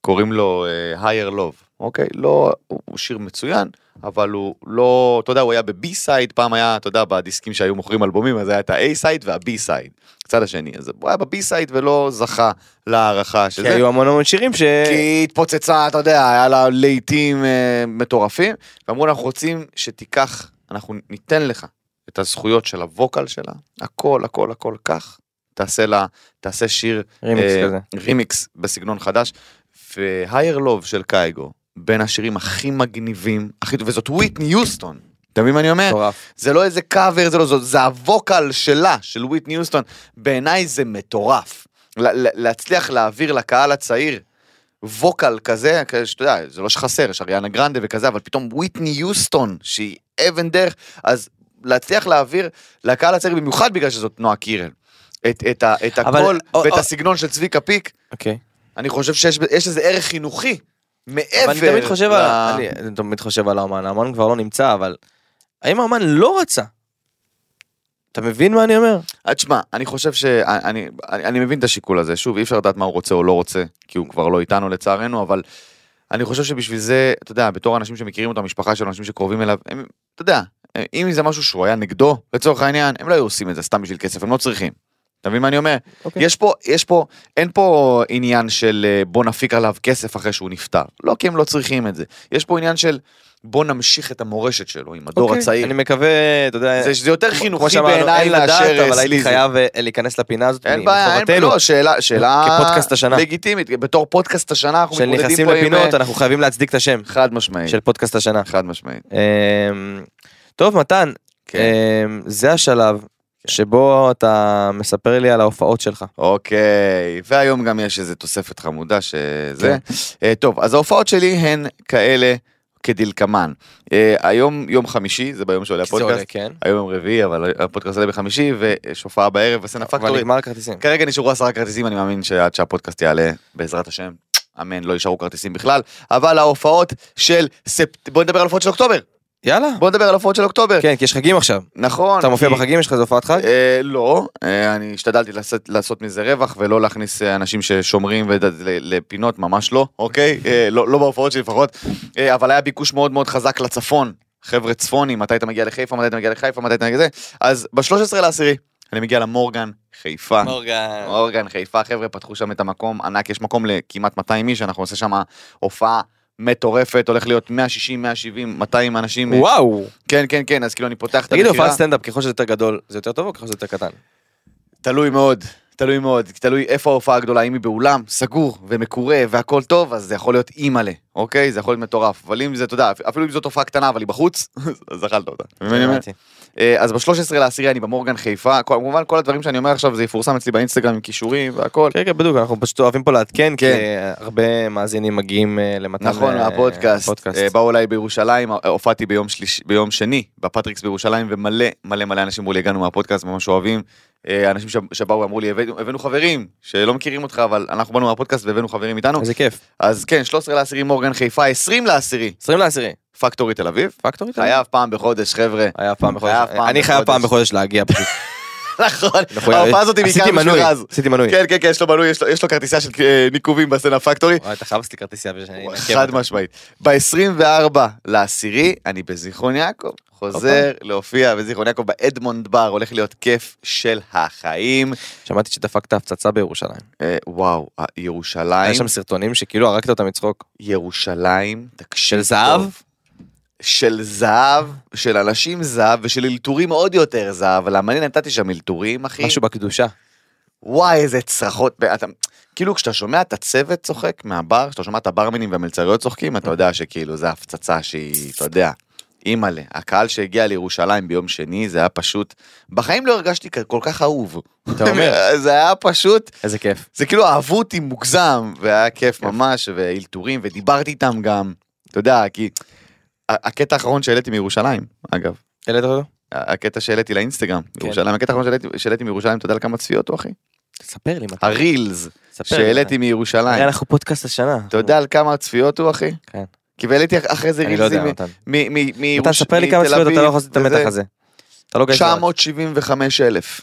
קוראים לו אה, higher love, אוקיי? לא, הוא שיר מצוין, אבל הוא לא, אתה יודע, הוא היה בבי סייד, פעם היה, אתה יודע, בדיסקים שהיו מוכרים אלבומים, אז היה את ה-A סייד וה-B סייד, הצד השני. אז הוא היה בבי סייד ולא זכה להערכה כי שזה. היו המון המון שירים ש... כי היא התפוצצה, אתה יודע, היה לה להיטים אה, מטורפים, ואמרו לה, אנחנו רוצים שתיקח, אנחנו ניתן לך את הזכויות של הווקל שלה, הכל, הכל, הכל, כך, תעשה לה, תעשה שיר רימיקס אה, כזה. רימיקס בסגנון חדש, והייר לוב של קייגו, בין השירים הכי מגניבים, הכי, וזאת וויטני יוסטון, אתה מבין מה אני אומר? מטורף. זה לא איזה קאבר, זה לא זאת, זה הווקל שלה, של וויט ניוסטון. בעיניי זה מטורף. ל- ל- להצליח להעביר לקהל הצעיר ווקל כזה, כזה שאתה יודע, זה לא שחסר, יש אריאנה גרנדה וכזה, אבל פתאום וויטני יוסטון, שהיא אבן דרך, אז להצליח להעביר לקהל הצעיר, במיוחד בגלל שזאת נועה קירל, את, את, ה- את אבל- הקול או- ואת או- הסגנון של צביקה פיק, אוקיי. אני חושב שיש יש איזה ערך חינוכי מעבר אבל אני תמיד חושב על... ל- אני אני תמיד חושב על האומן, האומן כבר לא נמצא, אבל... האם האומן לא רצה? אתה מבין מה אני אומר? אה, תשמע, אני חושב ש... אה, אני, אני, אני מבין את השיקול הזה. שוב, אי אפשר לדעת מה הוא רוצה או לא רוצה, כי הוא כבר לא איתנו לצערנו, אבל אני חושב שבשביל זה, אתה יודע, בתור אנשים שמכירים אותו, המשפחה שלו, אנשים שקרובים אליו, הם, אתה יודע, אם זה משהו שהוא היה נגדו, לצורך העניין, הם לא היו עושים את זה סתם בשביל כסף, הם לא צריכים. אתה מבין מה אני אומר? אוקיי. יש פה, יש פה, אין פה עניין של אה, בוא נפיק עליו כסף אחרי שהוא נפטר. לא כי הם לא צריכים את זה. יש פה עניין של בוא נמשיך את המורשת שלו עם הדור אוקיי. הצעיר. אני מקווה, אתה יודע... זה, זה יותר כמו- חינוכי כמו שאמרנו, בעיניי אין לדעת, מאשר אה, אבל הייתי סליזי. חייב אה, להיכנס לפינה הזאת. אין בעיה, אין בעיה, מחובתנו. לא, שאלה, שאלה, כפודקאסט השנה. לגיטימית, בתור פודקאסט השנה אנחנו כשנכנסים מתמודדים פה עם, לפינות, אה, אנחנו חייבים להצדיק את השם חד משמעית, של פודקאסט השנה. חד משמעית, אמ, טוב, מתן, כן, אמ, זה השלב שבו אתה מספר לי על ההופעות שלך. אוקיי, והיום גם יש איזה תוספת חמודה שזה, כן. אה, טוב, אז ההופעות שלי הן כאלה כדלקמן, אה, היום יום חמישי, זה ביום שעולה כי זה עולה, הפודקאסט, כן. היום יום רביעי, אבל הפודקאסט עולה בחמישי, ויש הופעה בערב בסצנה אבל פקטורי, נגמר הכרטיסים. כרגע נשארו עשרה כרטיסים, אני מאמין שעד שהפודקאסט יעלה, בעזרת השם, אמן, לא יישארו כרטיסים בכלל, אבל ההופעות של ספט... בוא נדבר על ההופעות של אוקטובר. יאללה. בוא נדבר על ההופעות של אוקטובר. כן, כי יש חגים עכשיו. נכון. אתה מופיע כי- בחגים, יש לך איזה הופעת חג? אה, לא, אה, אני השתדלתי לעשות, לעשות מזה רווח ולא להכניס אה, אנשים ששומרים וד- ל- לפינות, ממש לא, אוקיי? אה, לא, לא בהופעות שלי לפחות, אה, אבל היה ביקוש מאוד מאוד חזק לצפון, חבר'ה צפונים, מתי אתה מגיע לחיפה, מתי אתה מגיע לחיפה, מתי אתה מגיע לזה, אז ב-13 לעשירי אני מגיע למורגן, חיפה. מורגן. אורגן, חיפה, חבר'ה, פתחו שם את המקום ענק, יש מקום לכמעט 200 איש, אנחנו נעשה שם הופעה מטורפת, הולך להיות 160, 170, 200 אנשים. וואו. כן, כן, כן, אז כאילו אני פותח את תגיד לי, הופעת המכירה. סטנדאפ, ככל שזה יותר גדול, זה יותר טוב או ככל שזה יותר קטן? תלוי מאוד, תלוי מאוד, תלוי איפה ההופעה הגדולה, אם היא באולם, סגור ומקורה והכל טוב, אז זה יכול להיות אימאלה, אוקיי? זה יכול להיות מטורף, אבל אם זה, אתה יודע, אפילו אם זאת הופעה קטנה, אבל היא בחוץ, אז אכלת אותה. אתה מבין מה אני אומר? הבנתי. אה, אז ב-13 לעשירי אני במורגן חיפה, כל- כמובן כל הדברים שאני אומר עכשיו זה יפורסם אצלי באינסטגרם עם כישורים והכל. כן, כן, בדיוק, אנחנו פשוט אוהבים פה לעדכן, כי כן. אה, הרבה מאזינים מגיעים אה, למתן... נכון, אה, הפודקאסט. הפודקאסט. אה, באו אליי בירושלים, אה, הופעתי ביום שליש- ביום שני בפטריקס בירושלים, ומלא מלא מלא אנשים אמרו לי, הגענו מהפודקאסט, ממש אוהבים. אה, אנשים ש- שבאו ואמרו לי, "הבאנו- הבאנו חברים, שלא מכירים אותך, אבל אנחנו באנו מהפודקאסט והבאנו חברים איתנו. איזה כיף. אז כן, 13 לעשירי מורגן חיפה, 20 לעשירי 20 לעשירי. פקטורי תל אביב. פקטורי? תל אביב? חייב פעם בחודש, חבר'ה. היה פעם בחודש. חייב פעם אני חייב בחודש. פעם בחודש להגיע פשוט. נכון, מחויב. ההופעה הזאת היא בעיקר אה, עשיתי בשביל מנוי, רז. עשיתי מנוי. כן, כן, כן, יש לו מנוי, יש לו- יש לו כרטיסיה של אה, ניקובים בסצנה פקטורי. וואי, אתה חייב לעשות לי כרטיסייה בשביל שאני אנקה חד אותה. משמעית. ב-24 לעשירי, אני בזיכרון יעקב. חוזר להופיע בזיכרון יעקב באדמונד בר, הולך להיות כיף של החיים. שמעתי שדפקת הפצצה בירושלים. אה, וואו, אה, היה ירושלים, שם סרטונים שכאילו הרגת אותם מצחוק. ירושלים, תקשיב של זהב? טוב. של זהב, של אנשים זהב ושל אלתורים עוד יותר זהב, למה אני נתתי שם אלתורים, אחי? משהו בקדושה. וואי, איזה צרחות. אתה... כאילו, כשאתה שומע את הצוות צוחק מהבר, כשאתה שומע את הברמנים והמלצריות צוחקים, אתה יודע שכאילו, זו הפצצה שהיא, אתה יודע, אימא'לה. הקהל שהגיע לירושלים ביום שני, זה היה פשוט... בחיים לא הרגשתי כ- כל כך אהוב. אתה אומר, זה היה פשוט... איזה כיף. זה כאילו אהבו אותי מוגזם, והיה כיף ממש, ואלתורים, ודיברתי איתם גם. אתה יודע, כי... ה- הקטע האחרון שהעליתי מירושלים, אגב. העלית אותו? ה- הקטע שהעליתי לאינסטגרם, כן. ירושלים, הקטע האחרון שהעליתי- שהעליתי מירושלים, אתה יודע על כמה צפיות הוא, אחי? תספר לי מתי. הרילס תספר לי שהעליתי מתי. הרי מירושלים. אנחנו פודקאסט השנה. אתה יודע על כמה צפיות הוא אחי? כן. כי העליתי אח- אחרי זה אני לא יודע, רילסים מ- מתן. מ- מ- מירוש- מתן, ספר לי מתל כמה צפיות אתה לא יכול לעשות את וזה- המתח הזה. אתה לא גייס 975 אלף.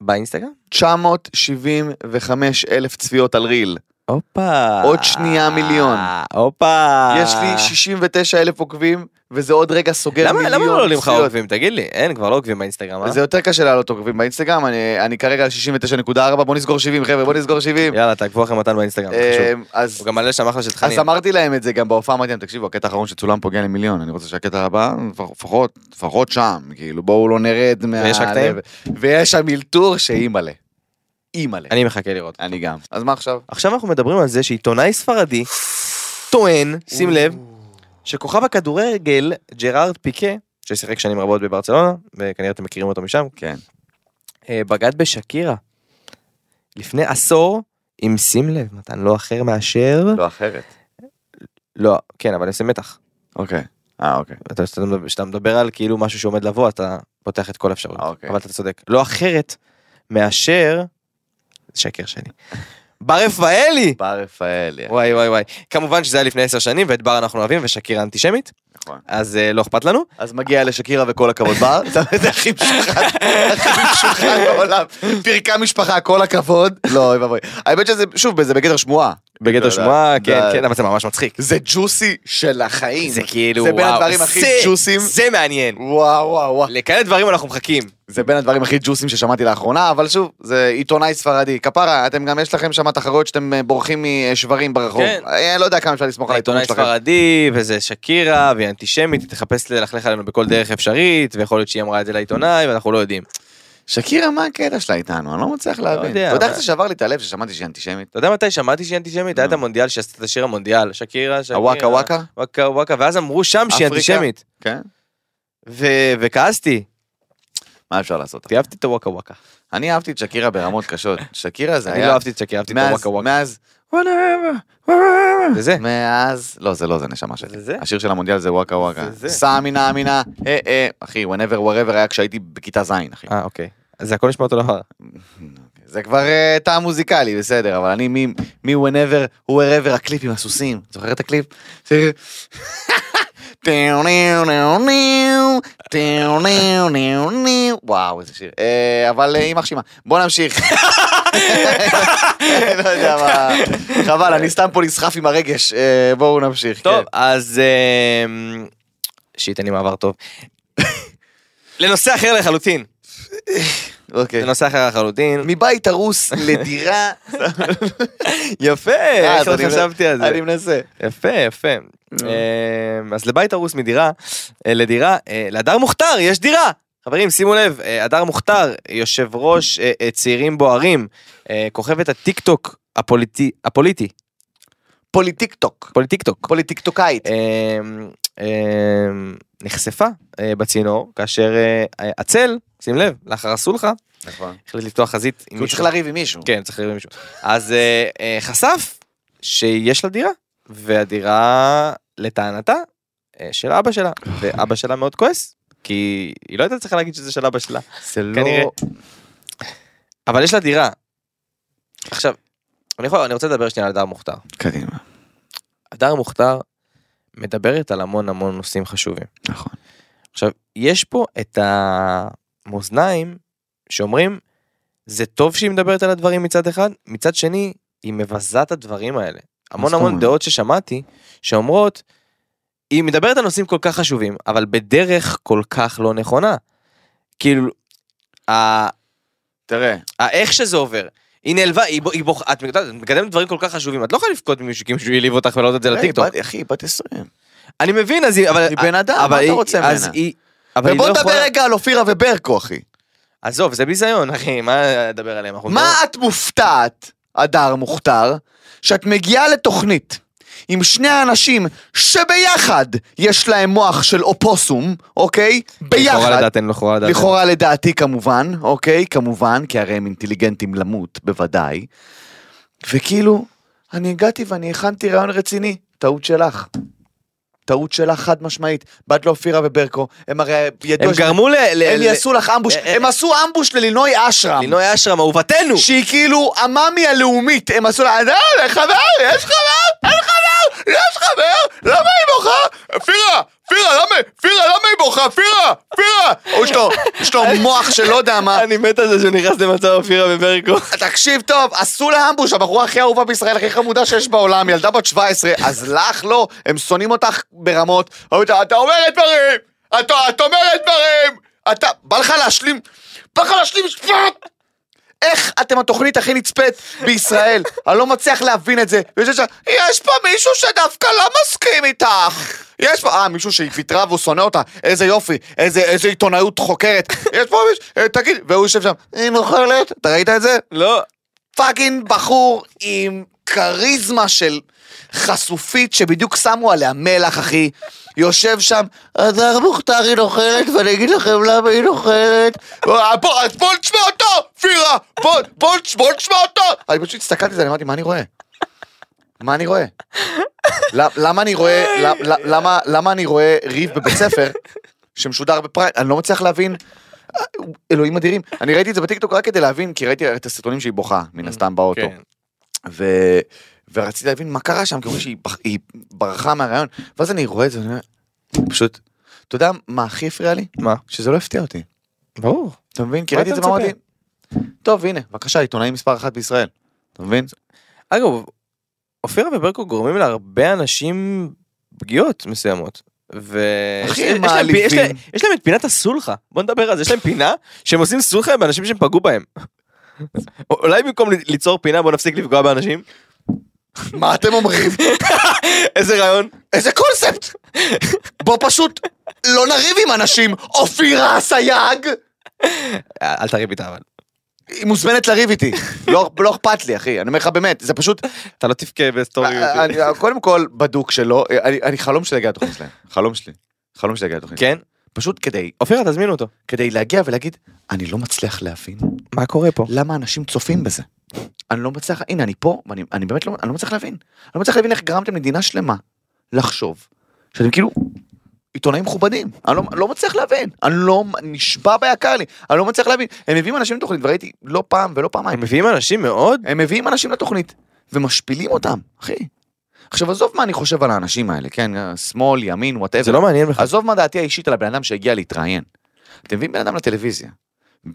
באינסטגרם? 975 אלף צפיות על ריל. הופה. עוד שנייה מיליון. הופה. יש לי 69 אלף עוקבים, וזה עוד רגע סוגר למה מיליון למה לא עולים לך צפיות. עוקבים? תגיד לי. אין, כבר לא עוקבים באינסטגרם, אה? זה יותר קשה לעלות עוקבים באינסטגרם, אני- אני כרגע על 69.4, בוא נסגור 70 חבר'ה, בוא נסגור 70. יאללה, תעקבו אחרי מתן באינסטגרם, זה חשוב. אמ, אז הוא גם מעלה שם אחלה של תכנים. אז אמרתי להם את זה גם בהופעה, אמרתי להם, תקשיבו, הקטע האחרון שצולם פה הגיע למיליון, אני רוצה שהקטע הבא, לפחות, לפחות שם, כאילו, בואו לא נרד מה... ויש רק קטעים? ויש שם אלתור שאימא'לה. אימא'לה. אני מחכה לראות. אני גם. אז מה עכשיו? עכשיו אנחנו מדברים על זה שעיתונאי ספרדי טוען, שים לב, שכוכב הכדורגל ג'רארד פיקה, ששיחק שנים רבות בברצלונה, וכנראה אתם מכירים אותו משם, כן. אה, בגד בשקירה. לפני עשור, עם שים לב, מתן לא אחר מאשר... לא אחרת. לא, כן, אבל עושה מתח. אוקיי. אה, אוקיי. אתה- כשאתה מדבר- כשאתה מדבר על כאילו משהו שעומד לבוא, אתה פותח את כל האפשרויות. אה, אוקיי. אבל אתה צודק. לא אחרת מאשר... שקר שני. בר רפאלי! בר רפאלי. וואי וואי וואי. כמובן שזה היה לפני עשר שנים, ואת בר אנחנו אוהבים, ושקיר אנטישמית, נכון. אז אה, לא אכפת לנו. אז מגיע לשקירה וכל הכבוד בר, זה הכי משוחד, הכי משוחד בעולם. פירקה משפחה, כל הכבוד. לא, אוי ואבוי. האמת שזה, שוב, זה בגדר שמועה. בגדר שמועה, די. כן, כן, אבל זה ממש מצחיק. זה ג'וסי של החיים. זה כאילו, זה בין וואו, הדברים הכי זה- ג'וסים. זה מעניין. וואו וואו וואו. לכאלה דברים אנחנו מחכים. זה בין הדברים הכי ג'וסים ששמעתי לאחרונה, אבל שוב, זה עיתונאי ספרדי. כפרה, אתם גם יש לכם שם תחרויות שאתם אה, בורחים משברים ברחוב. כן. אני לא יודע כמה אפשר לסמוך על עיתונאי העיתונות שלכם. ספרדי, וזה שקירה, והיא אנטישמית, היא תחפש ללכלך עלינו בכל דרך אפשרית, ויכול להיות שהיא אמרה את זה לעיתונאי, ואנחנו לא יודעים. שקירה, מה הקטע שלה איתנו? אני לא מצליח להבין. אתה יודע, יודע איך אבל- זה שבר לי את הלב ששמעתי שהיא אנטישמית? אתה יודע מתי שמעתי שהיא אנטישמית? היה את נו. המונדיאל שעשתה את השיר המונדיאל, שקירה, שקירה. הוואקה וואקה? וואקה וואקה, ואז אמרו שם שהיא אפריקה? אנטישמית. כן. ו- וכעסתי, מה אפשר לעשות? אהבתי את הוואקה וואקה. אני אהבתי את שקירה ברמות קשות. שקירה זה אני היה... לא אהבתי את שקירה, אהבתי את מאז- הוואקה וואקה. מאז... whenever, wherever. זה זה. מאז, לא זה לא זה נשמה שלי, זה זה? השיר של המונדיאל זה וואקה וואקה, זה זה. סאמינה אמינה, אה אה, אחי, whenever wherever היה כשהייתי בכיתה ז', אחי. אה, אוקיי. אז זה הכל נשמע אותו דבר. זה כבר אה, טעם מוזיקלי, בסדר, אבל אני מ- מ-whenever wherever הקליפ עם הסוסים, זוכר את הקליפ? זה- טאו, נאו, נאו, נאו, טאו, נאו, נאו, נאו. וואו איזה שיר, אה, אבל אה, יימח שמה, בוא נמשיך. אני לא יודע מה, חבל, אני סתם פה נסחף עם הרגש, אה, בואו נמשיך. כן. טוב, אז... אמ, שיט, אין לי מעבר טוב. לנושא אחר לחלוטין. אוקיי. לנושא אחר לחלוטין. מבית הרוס לדירה. יפה, אה, איך אז לא אני- חשבתי על זה. אני אה. מנסה. יפה, יפה. אמ, אז לבית הרוס מדירה אה, לדירה, אה, להדר מוכתר יש דירה. חברים, שימו לב, אה, הדר מוכתר, יושב ראש אה, אה, צעירים בוערים, אה, כוכבת הטיק טוק הפוליטי, הפוליטי, פוליטיקטוק. פוליטיק טוק, פוליטיקטוקאית. אמ, אמ, נחשפה אה, בצינור, כאשר אה, הצל, שים לב, לאחר הסולחה, נכון. החליט לפתוח חזית עם הוא צריך מישהו. לריב עם מישהו. כן, צריך לריב עם מישהו. אז אה, אה, חשף שיש לה דירה, והדירה, לטענתה, אה, של אבא שלה, ואבא שלה מאוד כועס, כי היא לא הייתה צריכה להגיד שזה של אבא שלה, זה לא... כנראה. אבל יש לה דירה. עכשיו, אני, יכול, אני רוצה לדבר שנייה על הדר מוכתר. קדימה. הדר מוכתר מדברת על המון המון נושאים חשובים. נכון. עכשיו, יש פה את המאזניים שאומרים, זה טוב שהיא מדברת על הדברים מצד אחד, מצד שני, היא מבזה את הדברים האלה. המון זאת המון אומרת? דעות ששמעתי, שאומרות, היא מדברת על נושאים כל כך חשובים, אבל בדרך כל כך לא נכונה. כאילו, ה- תראה, ה- איך שזה עובר. היא נעלבה, היא בוח... בוח... את מקדמת דברים כל כך חשובים, את לא יכולה לבכות ממישהו כי מישהו העליב אותך ולהעלות את זה תראה, לטיקטוק. היא בת- אחי, היא בת 20. אני מבין, אז היא... אבל- היא בן אדם, אבל מה אתה היא- רוצה אז ממנה? היא- אבל היא לא ובוא נדבר יכולה... רגע על אופירה וברקו, אחי. עזוב, זה ביזיון, אחי, מה נדבר עליהם? אנחנו מה לא- את מופתעת, הדר מוכתר, שאת מגיעה לתוכנית עם שני אנשים שביחד יש להם מוח של אופוסום, אוקיי? לכאורה ביחד. לדעתנו, לכאורה לדעתנו. לכאורה לדעתי כמובן, אוקיי? כמובן, כי הרי הם אינטליגנטים למות, בוודאי. וכאילו, אני הגעתי ואני הכנתי רעיון רציני, טעות שלך. טעות שלך חד משמעית. באת לאופירה וברקו, הם הרי הם ידעו... ש- גרמו ל... ל- הם ל- יעשו לך אמבוש, אה, אה. הם עשו אמבוש ללינוי אשרם. לינוי אשרם, אהובתנו! שהיא כאילו המאמי הלאומית, הם עשו לה, "אה, חבר, יש חבר, אין חבר, יש חבר, למה היא בוכה? פירה, פירה, למה, פירה, למה היא בוכה? פירה, פירה. או יש לו, יש לו מוח של לא יודע מה. אני לא- מת על זה שהוא נכנס למצב אופירה וברקו. תקשיב טוב, עשו לה אמבוש, הבחורה הכי אהובה בישראל, הכי חמודה שיש בעולם, ילדה בת 17, אז לך לא, הם שונאים אותך ברמות. אתה אתה אומרת דברים, אתה את אומרת דברים, אתה, בא לך להשלים, בא לך להשלים משפט! איך אתם התוכנית הכי נצפית בישראל? אני לא מצליח להבין את זה. ויש שם, יש פה מישהו שדווקא לא מסכים איתך. יש פה, אה, מישהו שהיא ויתרה והוא שונא אותה, איזה יופי, איזה, איזה עיתונאות חוקרת. יש פה מישהו, אה, תגיד, והוא יושב שם, היא מוכלת, אתה ראית את זה? לא. פאקינג בחור עם כריזמה של חשופית שבדיוק שמו עליה מלח, אחי. יושב שם, הדר מוכתר היא נוכלת, ואני אגיד לכם למה היא נוכלת. אה, בוא, אז בוא נשמע אותו, פירה! בוא, בוא, נש- בוא נשמע אותו! אני פשוט הסתכלתי על זה, אני אמרתי, מה אני רואה? מה אני רואה? למ- למה אני רואה, למ- למ- למה- למה אני רואה ריב בבית ספר שמשודר בפריים? אני לא מצליח להבין. אה, אלוהים אדירים. אני ראיתי את זה בטיקטוק רק כדי להבין, כי ראיתי את הסרטונים שהיא בוכה, מן הסתם באוטו. כן. ו... ורציתי להבין מה קרה שם, כי אומרים שהיא בח- היא ברחה מהרעיון, ואז אני רואה את זה, ואני אומר, פשוט, אתה יודע מה הכי הפריע לי? מה? שזה לא הפתיע אותי. ברור. אתה מבין? כי מה ראיתי את אתה זה ואמרתי, מצפה? טוב הנה, בבקשה, עיתונאי מספר אחת בישראל. אתה מבין? אגב, אופירה וברקו גורמים להרבה אנשים פגיעות מסוימות. ו... אחי, יש- הם יש להם פי- מעליבים. יש להם- יש להם את פינת הסולחה, בוא נדבר על זה, יש להם פינה שהם עושים סולחה באנשים שהם פגעו בהם. א- אולי במקום ל- ליצור פינה בוא נפסיק לפגוע באנשים? מה אתם אומרים? איזה רעיון? איזה קונספט! בוא פשוט לא נריב עם אנשים, אופירה אסייג! אה, אל תריב איתה אבל. היא מוזמנת לריב איתי, לא לא אכפת לי אחי, אני אומר לך באמת, זה פשוט, אתה לא תבכה בסטורי. אה, אני- קודם כל בדוק שלו, אני- אני חלום שלי להגיע לתוכנית שלהם, חלום שלי, חלום שלי להגיע לתוכנית כן? פשוט כדי, אופירה תזמינו אותו. כדי להגיע ולהגיד, אני לא מצליח להבין מה קורה פה? למה אנשים צופים בזה. אני לא מצליח, הנה אני פה, ואני אני באמת לא, אני לא מצליח להבין. אני לא מצליח להבין איך גרמתם למדינה שלמה לחשוב שאתם כאילו עיתונאים מכובדים. אני לא, לא מצליח להבין, אני לא, נשבע ביקר לי, אני לא מצליח להבין. הם מביאים אנשים לתוכנית, וראיתי לא פעם ולא פעמיים, הם מביאים אנשים מאוד הם מביאים אנשים לתוכנית ומשפילים אותם, אחי. עכשיו עזוב מה אני חושב על האנשים האלה, כן, שמאל, ימין, וואטאבר. זה לא מעניין בכלל. עזוב מה דעתי האישית על הבן אדם שהגיע להתראיין. אתם מביאים בן אדם לטלוויזיה,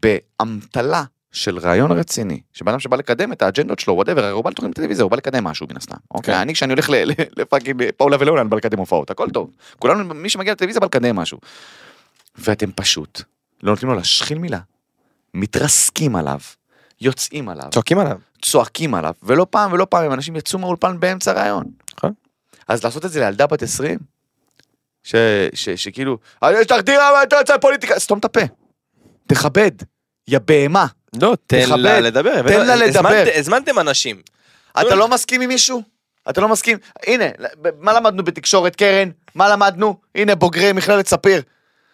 באמתלה של רעיון רציני, שבן אדם שבא לקדם את האג'נדות שלו, וואטאבר, הרי הוא בא לתוכנית טלוויזיה, הוא בא לקדם משהו מן כן. הסתם. אוקיי, אני כשאני הולך ל- ל- לפאקינג פאולה ולאולה, אני בא לקדם הופעות, הכל טוב. כולנו, מי שמגיע לטלוויזיה בא לקדם משהו. ואתם פשוט לא נותנים לו להשחיל מילה, מתרסקים עליו, יוצאים עליו, צועקים עליו. צועקים עליו, ולא פעם ולא פעם, אנשים יצאו מהאולפן באמצע ראיון. נכון. אז לעשות את זה לילדה בת 20, ש, ש, שכאילו, "אה, יש לך דירה ואתה יוצא לפוליטיקה, סתום את הפה. תכבד, יא בהמה. לא, תן תכבד, לה לדבר. תן לה לדבר. הזמנת- הזמנתם אנשים. אתה לא מסכים עם מישהו? אתה לא מסכים? הנה, ב- מה למדנו בתקשורת, קרן? מה למדנו? הנה, בוגרי מכללת ספיר.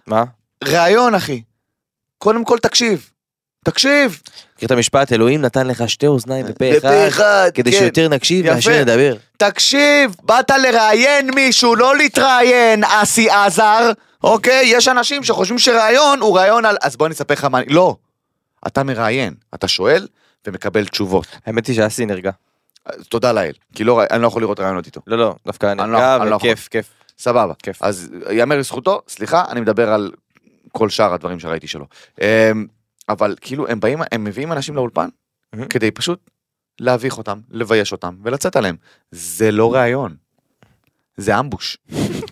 מה? ראיון, אחי. קודם כל תקשיב. תקשיב. מכיר את המשפט, אלוהים נתן לך שתי אוזניים ופה בפה אחד, כדי כן. שיותר נקשיב יפה. מאשר נדבר. תקשיב, באת לראיין מישהו, לא להתראיין, אסי עזר, אוקיי? יש אנשים שחושבים שראיון הוא ראיון על... אז בוא אני אספר לך מה... אני- לא. אתה מראיין, אתה שואל ומקבל תשובות. האמת היא שאסי נרגע. אז תודה לאל, כי לא, ר- אני לא יכול לראות ראיונות איתו. לא, לא, דווקא אני לא- נרגע, אני לא וכיף, כיף. סבבה. כיף. אז יאמר לזכותו, סליחה, אני מדבר על כל שאר הדברים שראיתי שלו. אמ, אבל כאילו, הם באים, הם מביאים אנשים לאולפן מהמם. כדי פשוט להביך אותם, לבייש אותם ולצאת עליהם. זה לא ראיון. זה אמבוש.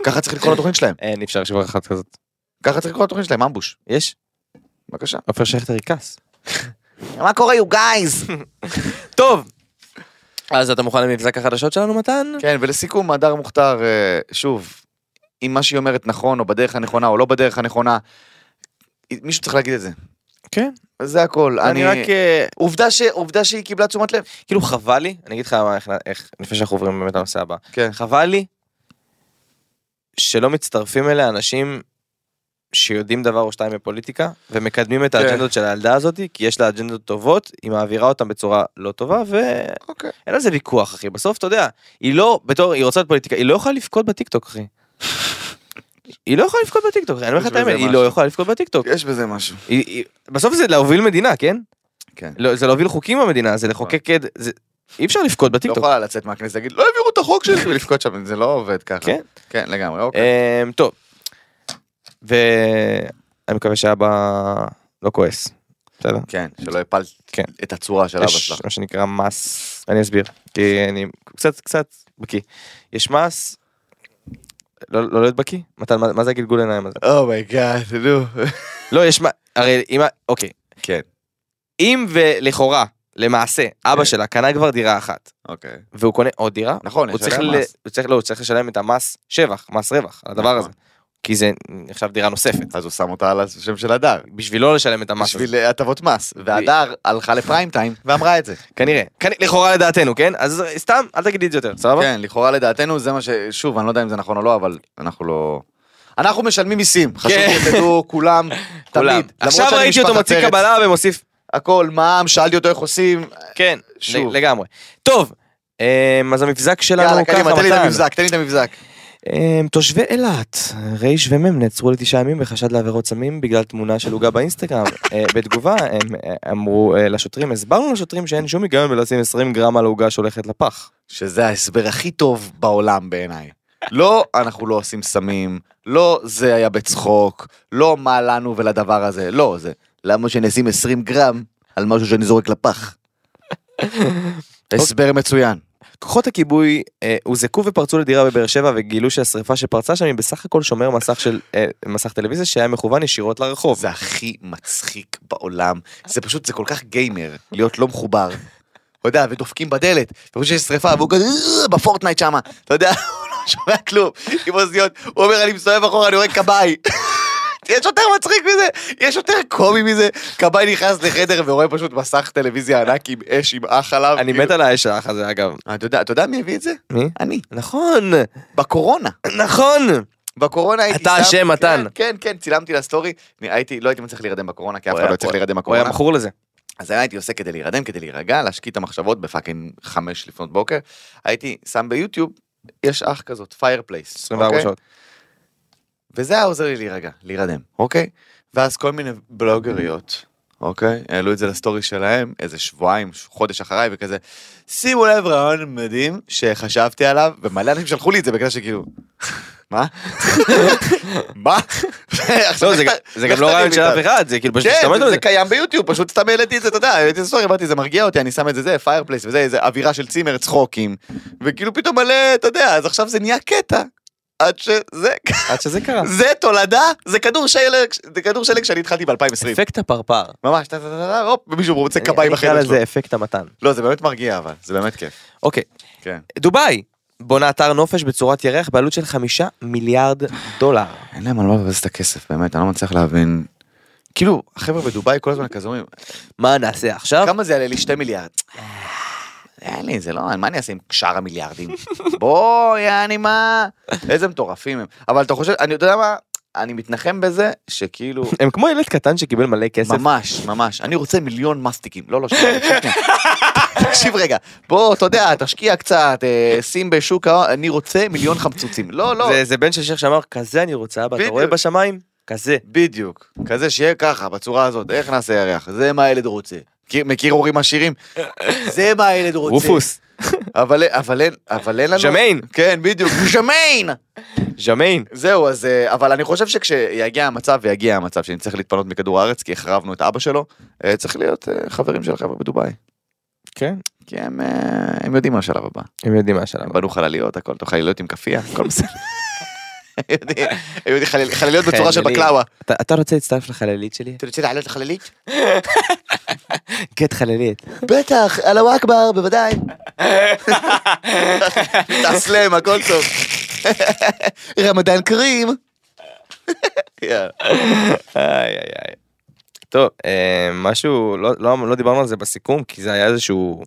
ככה צריך לקרוא לתוכנית שלהם. אין אי אפשר לשבור אחת כזאת. ככה צריך לקרוא לתוכנית שלהם, אמבוש. יש? בבקשה. עופר שכטר יכעס. מה קורה, you guys? טוב! אז אתה מוכן למבזק החדשות שלנו מתן? כן, ולסיכום, הדר מוכתר, אה, שוב, אם מה שהיא אומרת נכון, או בדרך הנכונה, או לא בדרך הנכונה. מישהו צריך להגיד את זה. כן. זה הכל. אני רק, אה, עובדה, ש... עובדה שהיא קיבלה תשומת לב. כאילו חבל לי, אני אגיד לך מה, איך- איך, לפני שאנחנו עוברים באמת לנושא הבא. כן. חבל לי שלא מצטרפים אליה אנשים שיודעים דבר או שתיים בפוליטיקה ומקדמים את כן. האג'נדות של הילדה הזאת כי יש לה אג'נדות טובות היא מעבירה אותן בצורה לא טובה ואין אוקיי. על זה ויכוח אחי בסוף אתה יודע היא לא בתור היא רוצה להיות פוליטיקה היא לא יכולה לבכות בטיקטוק אחי. היא לא יכולה לבכות בטיקטוק אחי, אני אומר לך את האמת היא יש בזה משהו. לא יכולה לבכות בטיקטוק. יש בזה משהו. היא- היא- בסוף זה להוביל מדינה כן? כן. לא, זה להוביל חוקים במדינה זה לחוקק עד- זה- אי אפשר לבכות לא בטיקטוק. יכולה לצאת מהכנסת להגיד, לא העבירו את החוק שלי ולבכות שם, זה לא עובד ככה. כן. כן, לגמרי, אוקיי. אמ, טוב. ואני מקווה שאבא לא כועס. בסדר. כן, שלא הפלת כן. את הצורה של אבא יש שלך. מה שנקרא מס, אני אסביר, כי אני קצת קצת בקיא. יש מס, לא לא להיות בקיא? מתן, מה מה זה הגלגול עיניים הזה? אומייגאד, Oh נו. לא, יש מה, הרי אם, ה- אוקיי, כן, אם ולכאורה, למעשה, אבא כן. שלה קנה כבר דירה אחת, אוקיי. והוא קונה עוד דירה, נכון, הוא יש צריך, עליה ל... מס. הוא צריך, לא, הוא צריך לשלם את המס שבח, מס רווח, על הדבר הזה, נכון. כי זה נחשב דירה נוספת. אז הוא שם אותה על השם של הדר. בשביל לא לשלם את המס הזה. בשביל הטבות מס. והדר הלכה לפריים טיים ואמרה את זה. כנראה, כנ- לכאורה לדעתנו, כן? אז סתם, אל תגידי את זה יותר, סבבה? כן, לכאורה לדעתנו זה מה ש... שוב, אני לא יודע אם זה נכון או לא, אבל אנחנו לא... אנחנו משלמים מיסים, חשוב כן. שתדעו כולם, תמיד. כולם. למרות עכשיו שאני ראיתי אותו משפחת מוציא פרץ, קבלה ומוסיף, הכל, מע"מ, שאלתי אותו איך עושים, כן, אה, שוב. ל- לגמרי. טוב, אמ, אז המבזק שלנו יאללה, הוא ככה, קדימה, תן לי את מתן. המבזק, תן לי את המבזק. אמ, תושבי אילת, רייש ומ' נעצרו לתשעה ימים בחשד לעבירות סמים בגלל תמונה של עוגה באינסטגרם. אה, בתגובה הם אה, אמרו אה, לשוטרים, הסברנו לשוטרים שאין שום היגיון בלשים 20 גרם על עוגה שהולכת לפח. שזה ההסבר הכי טוב בעולם בעיניי. לא, אנחנו לא עושים סמים, לא, זה היה בצחוק, לא, מה לנו ולדבר הזה, לא, זה, למה שנשים 20 גרם על משהו שאני זורק לפח? הסבר מצוין. כוחות הכיבוי אה, הוזעקו ופרצו לדירה בבאר שבע וגילו שהשריפה שפרצה שם היא בסך הכל שומר מסך של אה, מסך טלוויזיה שהיה מכוון ישירות לרחוב. זה הכי מצחיק בעולם, זה פשוט, זה כל כך גיימר, להיות לא מחובר. אתה יודע, ודופקים בדלת, ופשוט יש שריפה, והוא כזה "אה, בפורטנייט שמה, אתה יודע, הוא לא שומע כלום, עם אוזניות, הוא אומר, אני מסתובב אחורה, אני רואה כבאי. יש יותר מצחיק מזה, יש יותר קומי מזה, כבאי נכנס לחדר ורואה פשוט מסך טלוויזיה ענק עם אש, עם אח עליו. אני כאילו. אה, מת על האש האח הזה אגב. אתה יודע, אתה יודע מי הביא את זה? מי? אני. נכון, בקורונה. נכון. בקורונה הייתי... אתה שם- אשם, מתן. כן, כן, כן, צילמתי לסטורי, אני הייתי, לא הייתי מצליח להירדם בקורונה, כי אף אחד לא הצליח להירדם הוא היה בקורונה. מכור לזה. אז היה הייתי עושה כדי להירדם, כדי להירגע, להשקיט את המחשבות בפאקינג חמש לפנות בוקר, הייתי שם ביוטיוב, יש אח כזאת, פיירפלייס, 24 שעות. וזה היה עוזר לי להירגע, להירדם, אוקיי? ואז כל מיני בלוגריות, אוקיי? העלו את זה לסטורי שלהם, איזה שבועיים, חודש אחריי, וכזה, שימו לב רעיון מדהים שחשבתי עליו, ומלא אנשים שלחו לי את זה בגלל שכאילו, מה? מה? עכשיו, לא, זה איך גם- אתה- זה איך גם לא אתה רעיון ריב של איתם? אף אחד, זה כאילו פשוט כן, השתמשנו זה, זה בזה. קיים ביוטיוב, פשוט סתם העליתי את זה, אתה יודע, העליתי את הסטורי, אמרתי, זה מרגיע אותי, אני שם את זה, זה, פיירפלייס וזה, איזה אווירה של צימר, צחוקים, וכאילו פתאום מלא, אתה יודע, אז עכשיו זה נהיה קטע, עד שזה, עד שזה קרה. זה תולדה, זה כדור שלג, זה כדור שלג שאני התחלתי ב-2020, אפקט הפרפר. ממש, טה טה טה טה, הופ, ומישהו רוצה אני- קביים אני אקרא בחדר שלו, לזה אפקט המתן. לא, זה באמת מרגיע אבל, זה באמת כיף, אוקיי, כן, דובאי בונה אתר נופש בצורת ירח בעלות של חמישה מיליארד דולר. אין להם על מה לבזבז את הכסף, באמת, אני לא מצליח להבין, כאילו, החבר'ה בדובאי כל הזמן כזה אומרים, מה נעשה עכשיו? כמה זה יעלה לי? שתי מיליארד. אין לי, זה לא, מה אני אעשה עם שאר המיליארדים? בוא, יעני מה? איזה מטורפים הם. אבל אתה חושב, אני אתה יודע מה? אני מתנחם בזה שכאילו... הם כמו ילד קטן שקיבל מלא כסף. ממש, ממש. אני רוצה מיליון מסטיקים. לא, לא, שנייה. שנייה. תקשיב רגע. בוא, אתה יודע, תשקיע קצת, אה, שים בשוק ההון, אני רוצה מיליון חמצוצים. לא, לא. זה- זה בן של שייח שאמר, כזה אני רוצה אבא, אתה בדיוק. רואה בשמיים? כזה. בדיוק. כזה שיהיה ככה, בצורה הזאת. איך נעשה ירח? זה מה הילד רוצה. מכיר- מכיר הורים עשירים? זה מה הילד רוצה. רופוס. אבל, אבל, אין- אבל אין לנו... ז'מיין. כן, בדיוק, ז'מיין! ז'מיין. זהו, אז... אה, אבל אני חושב שכשיגיע המצב, ויגיע המצב שנצטרך להתפנות מכדור הארץ, כי החרבנו את אבא שלו, אה, צריך להיות אה, חברים של החבר'ה בדובאי. כן. כי הם, אה, הם יודעים מה השלב הבא. הם יודעים מה השלב. הם בנו חלליות, הכל, טוב, חלליות עם כאפיה, הכל בסדר. הם יודעים- הם יודעים, חלל- חלליות בצורה של חללית. בקלאווה. אתה- אתה רוצה להצטרף לחללית שלי? אתה רוצה לעלות לחללית? כן, קט חללית. בטח, אללהו אכבר, בוודאי. תאסלם, הכל טוב. רמדאן קרים. יאללה. איי איי איי. טוב, אה, משהו, לא, לא, לא דיברנו על זה בסיכום, כי זה היה איזשהו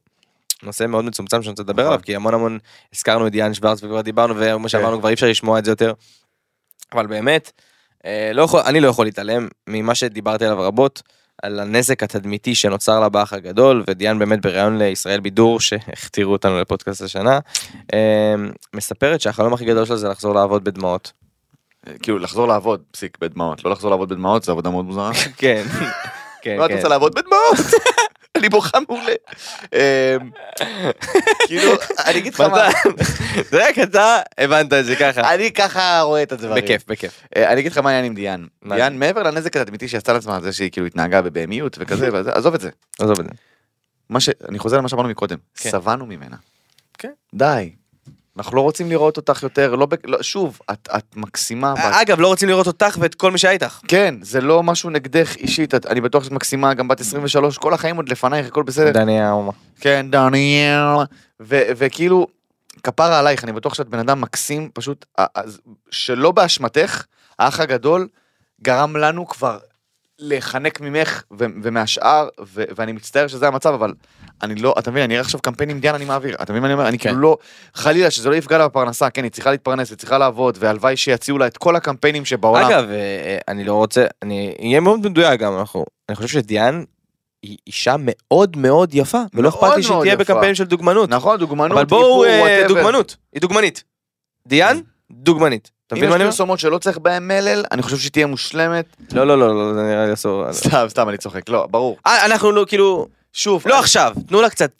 נושא מאוד מצומצם שאני רוצה לדבר נכון. כן. עליו, כי המון המון הזכרנו את יאן שוורץ וכבר דיברנו, וכמו שאמרנו כבר אי אפשר לשמוע את זה יותר. אבל באמת, אה, לא יכול, אני לא יכול להתעלם ממה שדיברתי עליו רבות. על הנזק התדמיתי שנוצר לה באח הגדול ודיאן באמת בריאיון לישראל בידור שהכתירו אותנו לפודקאסט השנה אה, מספרת שהחלום הכי גדול שלה זה לחזור לעבוד בדמעות. כאילו לחזור לעבוד, פסיק, בדמעות. לא לחזור לעבוד בדמעות, זו עבודה מאוד מוזרה. כן. כן, מה לא, את כן. רוצה לעבוד בדמעות? אני בוכה מעולה. אמ, כאילו, אני אגיד לך מה, זה רק אתה הבנת את זה ככה. אני ככה רואה את הדברים. בכיף, בכיף. אה, אני אגיד לך מה העניין עם דיאן. מה? דיאן, מעבר לנזק התדמיתי שעשתה לעצמה, זה שהיא כאילו התנהגה בבהמיות וכזה, וזה, עזוב את זה. עזוב את זה. מה ש... אני חוזר למה שאמרנו מקודם, כן. שבענו ממנה. כן. די. אנחנו לא רוצים לראות אותך יותר, לא, ב- לא שוב, את, את מקסימה. ואת- אגב, לא רוצים לראות אותך ואת כל מי שהיה איתך. כן, זה לא משהו נגדך אישית, את- אני בטוח שאת מקסימה, גם בת 23, כל החיים עוד לפנייך, הכל בסדר. דני האומה. כן, דניאל. ו- וכאילו, כפרה עלייך, אני בטוח שאת בן אדם מקסים, פשוט, אה, אז- שלא באשמתך, האח הגדול גרם לנו כבר להיחנק ממך ו- ומהשאר, ו- ואני מצטער שזה המצב, אבל אני לא, אתה מבין, אני אראה עכשיו קמפיין עם דיאן, אני מעביר, אתה מבין מה אני אומר? אני כן. כאילו לא, חלילה שזה לא יפגע לה בפרנסה, כן, היא צריכה להתפרנס, היא צריכה לעבוד, והלוואי שיציעו לה את כל הקמפיינים שבעולם. אגב, אה, אה, אני לא רוצה, אני אהיה מאוד מדויק גם, אנחנו, אני חושב שדיאן היא אישה מאוד מאוד יפה, ולא מאוד אכפת לי שהיא מאוד תהיה יפה. בקמפיין של דוגמנות. נכון, דוגמנות, אבל בואו, איפור, אה, whatever. דוגמנות. היא דוגמנית. דיאן, דוגמנית. אתה אם מבין יש מה אני אומר? פרסומות שלא צריך בהן מלל, אני חושב שהיא תהיה מושלמת. לא, לא, לא, לא, זה נראה לי אסור. סתם, סתם, אני צוחק, לא, ברור. אה, אנחנו לא, כאילו, שוב, לא עכשיו, תנו לה קצת.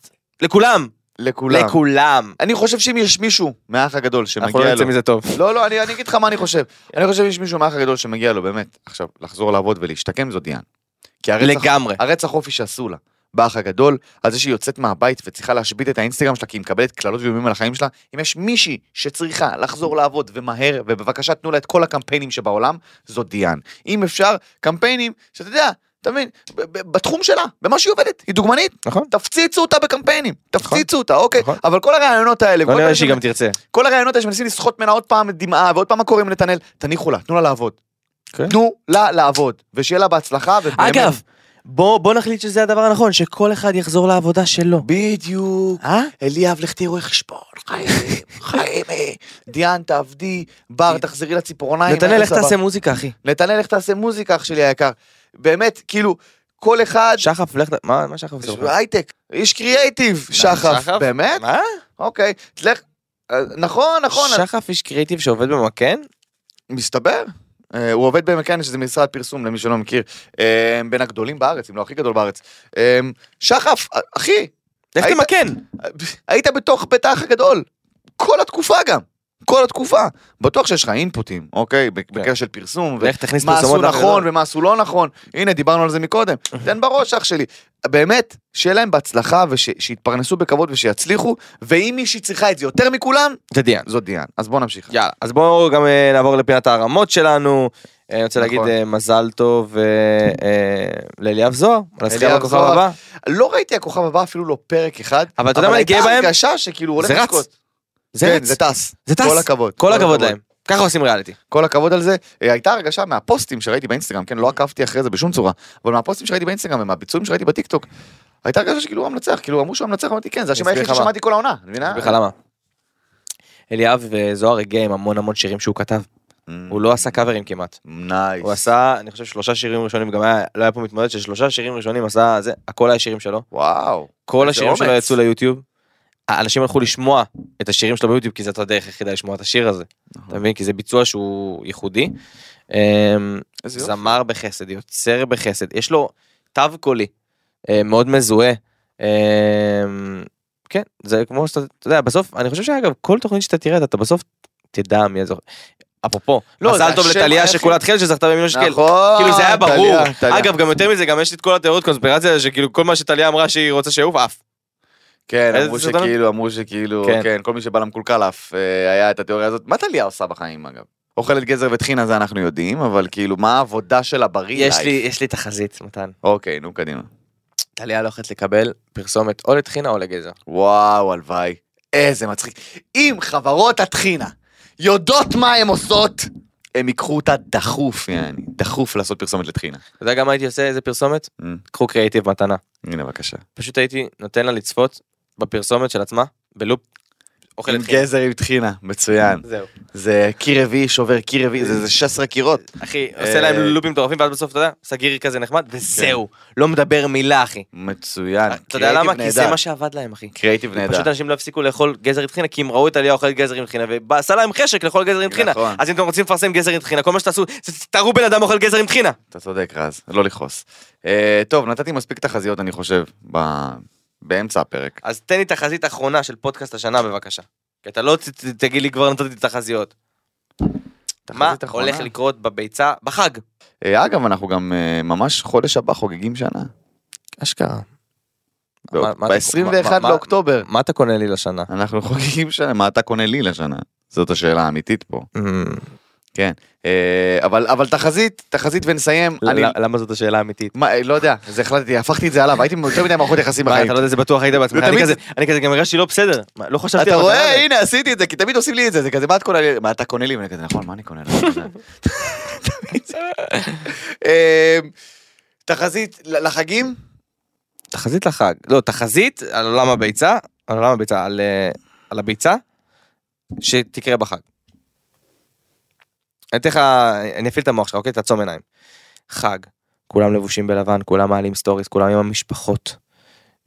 לכולם. לכולם. לכולם. אני חושב שאם יש מישהו מהאח הגדול אנחנו שמגיע לא נצא לו... מזה טוב. לא, לא, אני אני אגיד לך מה אני חושב. אני חושב שיש מישהו מהאח הגדול שמגיע לו, באמת, עכשיו, לחזור לעבוד ולהשתקם זאת דיאן. כי הרצח, לגמרי. הרצח אופי שעשו לה, באח הגדול, על זה שהיא יוצאת מהבית וצריכה להשבית את האינסטגרם שלה כי היא מקבלת קללות ואיומים על החיים שלה, אם יש מישהי שצריכה לחזור לעבוד ומהר, ובבקשה תנו לה את כל הקמפיינים שבעולם, זאת דיאן. אם אפשר, קמפיינים, שאתה יודע, אתה מבין, ב- ב- בתחום שלה, במה שהיא עובדת, היא דוגמנית, נכון. תפציצו אותה בקמפיינים, תפציצו אותה, אוקיי? נכון. אבל כל הרעיונות האלה, לא וכל נראה אלה לי שהיא גם תרצה. כל הרעיונות האלה שמנסים לסחוט ממנה עוד פעם דמעה ועוד פעם מה קורה עם נתנאל, תניחו לה, תנו לה לעבוד. כן. תנו לה לעבוד, ושיהיה לה בהצלחה. ובאמת- אגב, בוא, בוא נחליט שזה הדבר הנכון, שכל אחד יחזור לעבודה שלו. בדיוק. אה? אליאב, לך תראו איך שפון, חיים, חיים. אה. דיאן, תעבדי, בר, תחזרי לציפורניים. נתנאל, היה לך סבבה. תעשה מוזיקה, אחי. נתנאל, לך תעשה מוזיקה, אח שלי היקר. באמת, כאילו, כל אחד, שחף, לך... ת- מה, מה שחף עושה לך? הייטק, איש קריאייטיב, שחף. שחף? באמת? מה? אוקיי, תלך. אה, נכון, נכון. שחף איש קריאיטיב שעובד במקן? מסתבר. אה, הוא עובד במקאנה שזה משרד פרסום למי שלא מכיר, אה, בין הגדולים בארץ, אם לא הכי גדול בארץ. אה, שחף, אה, אחי, לך היית- תמקן! אה, היית בתוך בית האח הגדול, כל התקופה גם, כל התקופה. בטוח שיש לך אינפוטים, אוקיי? בקשר של פרסום, כן. לך תכניס מה עשו פרסומות. לאחרים. נכון ומה עשו לא נכון. הנה, דיברנו על זה מקודם. תן בראש, אח שלי. באמת, שיהיה להם בהצלחה ושיתפרנסו בכבוד ושיצליחו, ואם מישהי צריכה את זה יותר מכולם, זה דיאן. זאת דיאן. אז בוא נמשיך. יאללה, אז בואו גם אה, נעבור לפינת הערמות שלנו. אה, אני רוצה נכון. להגיד אה, מזל טוב אה, אה, לאליאב זוהר, כן, על הזכייה אליאב בכוכב זוהר. הבא. לא ראיתי הכוכב הבא אפילו לא פרק אחד. אבל אתה יודע מה אני גאה הייתה בהם? הרגשה שכאילו הוא הולך זה רץ. לזכות. זה כן, רץ. זה טס. זה טס. כל הכבוד. כל הכבוד להם. ככה עושים ריאליטי. כל הכבוד על זה. אה, הייתה הרגשה מהפוסטים שראיתי באינסטגרם, כן, לא עקבתי אחרי זה בשום צורה, אבל מהפוסטים שראיתי באינסטגרם ומהביצועים שראיתי בטיקטוק, הייתה הרגשה שכאילו הוא המנצח, כאילו אמרו שהוא המנצח, אמרתי כן, זה השם אני אסביר היחיד לך מה. ששמעתי כל העונה, את מבינה? אסביר לך למה. אליאב אה, זוהר הגיע עם המון המון שירים שהוא כתב. Mm. הוא לא עשה קאברים כמעט. נייס. הוא עשה, אני חושב, שלושה שירים ראשונים, גם היה, לא היה פה מתמודד, ששלושה שירים ראשונים עשה, זה, הכל היה שירים שלו. וואו. כל איזה השירים שלו אומץ. יצאו ליוטיוב. האנשים הלכו לשמוע את השירים שלו ביוטיוב, כי זאת הדרך היחידה לשמוע את השיר הזה. נכון. אתה מבין? כי זה ביצוע שהוא ייחודי. אמ, איזה יופי. זמר בחסד, יוצר בחסד, יש לו תו קולי אה, מאוד מזוהה. אמ, כן, זה כמו שאתה, אתה יודע, בסוף, אני חושב שאגב, כל תוכנית שאתה תראה, אתה בסוף תדע מי הזוכר. אפרופו, לא, זה מזל טוב השם לטליה היחיד. שכולת חן שזכתה במיליון שקל. נכון. כאילו זה היה ברור. טליה, טליה. אגב, גם יותר מזה, גם יש לי את כל התיאוריות קונספירציה האלה, שכאילו כל מה שטליה אמרה שהיא רוצה שיעוף, אה, עף. כן, איזה אמרו סרטון? שכאילו, אמרו שכאילו, כן. כן, כל מי שבא למקולקל אף אה, היה את התיאוריה הזאת. מה טליה עושה בחיים אגב? אוכלת גזר וטחינה זה אנחנו יודעים, אבל כאילו, מה העבודה שלה בריא? יש לי, לייף? יש לי תחזית, מתן. אוקיי, נו, קדימה. טליה לא הולכת לקבל פרסומת או לטחינה או לגזר. וואו, הלוואי. איזה מצחיק. אם חברות הטחינה יודעות מה הן עושות, הן ייקחו אותה דחוף, יעני, דחוף לעשות פרסומת לטחינה. אתה יודע גם מה הייתי עושה איזה פרסומת? Mm, קחו קריאיטיב מתנה. הנה בבקשה. פשוט הייתי נותן לה לצפות בפרסומת של עצמה, בלופ. עם אוכלת חינם. גזר עם טחינה, מצוין. זהו. זה קיר רביעי שובר קיר רביעי, זה זה 16 קירות. אחי, אה, עושה להם לופים מטורפים, ואז בסוף, אתה יודע, סגיר כזה נחמד, כן. וזהו. לא מדבר מילה, אחי. אה, מצוין. אתה יודע למה? כי זה מה שעבד להם, אחי. קריאיטיב נהדר. פשוט אנשים לא הפסיקו לאכול גזר עם טחינה, כי הם ראו את עלייה אוכלת גזר עם טחינה, ועשה להם חשק לאכול גזר עם טחינה. נכון. אז אם אתם רוצים לפרסם גזר עם טחינה, כל מה שתעשו, זה תראו בן אדם אוכל גזר עם טחינה. אתה צודק רז, לא לכעוס. אה, טוב, נתתי מספיק תחזיות אני חושב, ב- באמצע הפרק. אז תן לי תחזית אחרונה של פודקאסט השנה, בבקשה. כי אתה לא ת- ת- תגיד לי כבר נתתי תחזיות. מה תחזית אחרונה. הולך לקרות בביצה בחג? אה, אגב, אנחנו גם אה, ממש חודש הבא חוגגים שנה. אשכרה. מה- מה- מה- ב-21 מה- לאוקטובר. מה אתה קונה לי לשנה? אנחנו חוגגים שנה, מה אתה קונה לי לשנה? זאת השאלה האמיתית פה. אה, אמ, כן. אה, אבל אבל תחזית, תחזית ונסיים. אני למה זאת השאלה האמיתית? מה, אה, לא יודע, זה החלטתי, הפכתי את זה עליו, הייתי עם יותר מדי מערכות יחסים מה, בחיים. אתה לא יודע איזה בטוח היית בעצמך, זה אני תמיד כזה, אני כזה גם הרגשתי לא בסדר, מה, לא חשבתי אתה על המטרה רואה, הזאת. הנה, עשיתי את זה, כי תמיד עושים לי את זה, זה כזה, מה את קונה לי? מה אתה קונה לי? ואני כזה, נכון, מה אני קונה לך? תמיד זה. אמ, תחזית ל- לחגים? תחזית לחג, לא, תחזית על עולם הביצה, על עולם הביצה, על, אה, על הביצה, שתקרה בחג. אני אתן לך, אני אפעיל את המוח שלך, אוקיי? תעצום עיניים. חג, כולם לבושים בלבן, כולם מעלים סטוריס, כולם עם המשפחות,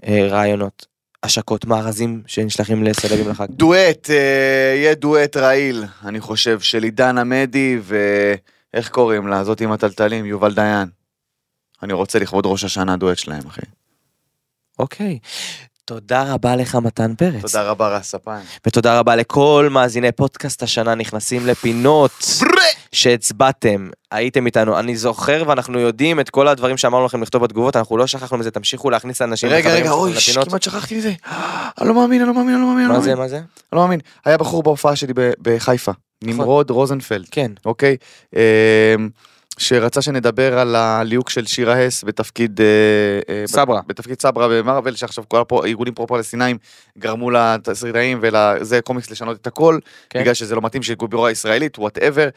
אה, רעיונות, השקות, מארזים שנשלחים לסלבים לחג. דואט, אה, יהיה דואט רעיל, אני חושב, של עידן עמדי ואיך קוראים לה, זאת עם הטלטלים, יובל דיין. אני רוצה לכבוד ראש השנה דואט שלהם, אחי. אוקיי. תודה רבה לך מתן פרץ. תודה רבה, רס ספן. ותודה רבה לכל מאזיני פודקאסט השנה נכנסים לפינות שהצבעתם, הייתם איתנו. אני זוכר ואנחנו יודעים את כל הדברים שאמרנו לכם לכתוב בתגובות, אנחנו לא שכחנו מזה, תמשיכו להכניס אנשים רגע, וחברים רגע, אוי, ש- לפינות. כמעט שכחתי מזה. אני לא מאמין, אני לא מאמין, אני לא מאמין. אני מה לא זה, מאמין. מה נכון. זה? אני לא מאמין. היה בחור בהופעה שלי ב- בחיפה, נמרוד רוזנפלד. כן. אוקיי? אמ, שרצה שנדבר על הליהוק של שירה הס בתפקיד... אה, אה, סברה. בתפקיד סברה במרוויל, שעכשיו כל הפרו- הארגונים פרו-פלסטינאים גרמו לתסריטאים ולזה קומיקס לשנות את הכל, כן. בגלל שזה לא מתאים של גיבורה ישראלית, וואטאבר.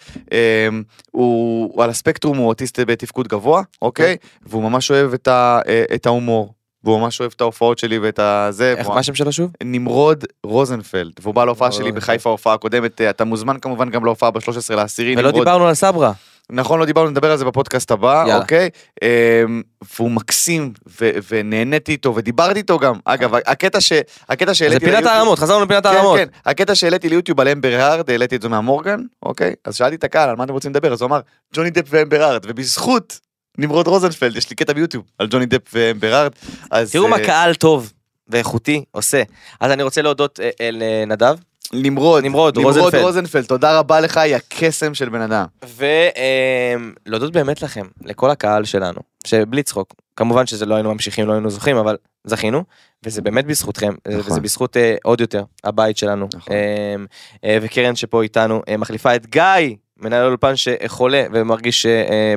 הוא הוא על הספקטרום, הוא אוטיסט בתפקוד גבוה, אוקיי? כן. והוא ממש אוהב את ה- אה, את ההומור. והוא ממש אוהב את ההופעות שלי ואת הזה. איך, מה והוא- אה, אוקיי. השם שלו שוב? נמרוד רוזנפלד, והוא בא להופעה שלי רוזנפלד. בחיפה, ההופעה הקודמת, אה, אתה מוזמן כמובן גם להופעה ב-13 לעשירי, ולא דיברנו על סברה. נכון, לא דיברנו, נדבר על זה בפודקאסט הבא, יאללה. אוקיי? אמ, והוא מקסים, ו- ונהניתי איתו, ודיברתי איתו גם. אגב, הקטע ש- הקטע אה. זה שהעליתי... פינת ליוטיוב- הערמות, חזרנו לפינת הערמות. כן, כן, הקטע שהעליתי ליוטיוב על אמבר הארד, העליתי את זה מהמורגן, אוקיי? אז שאלתי את הקהל, על מה אתם רוצים לדבר? אז הוא אמר, ג'וני דפ ואמבר הארד, ובזכות נמרוד רוזנפלד, יש לי קטע ביוטיוב על ג'וני דפ ואמבר הארד, אז... תראו מה אה, קהל טוב ואיכותי עושה. אז אני רוצה להודות אה, אה, לנדב. נמרוד, נמרוד, רוזנפלד. רוזנפלד, תודה רבה לך, יא קסם של בן אדם. ולהודות באמת לכם, לכל הקהל שלנו, שבלי צחוק, כמובן שזה לא היינו ממשיכים, לא היינו זוכים, אבל זכינו, וזה באמת בזכותכם, אה, נכון. וזה בזכות אה, עוד יותר, הבית שלנו, נכון. אה, אה, וקרן שפה איתנו, אה, מחליפה את גיא, מנהל אולפן שחולה ומרגיש ש... אה,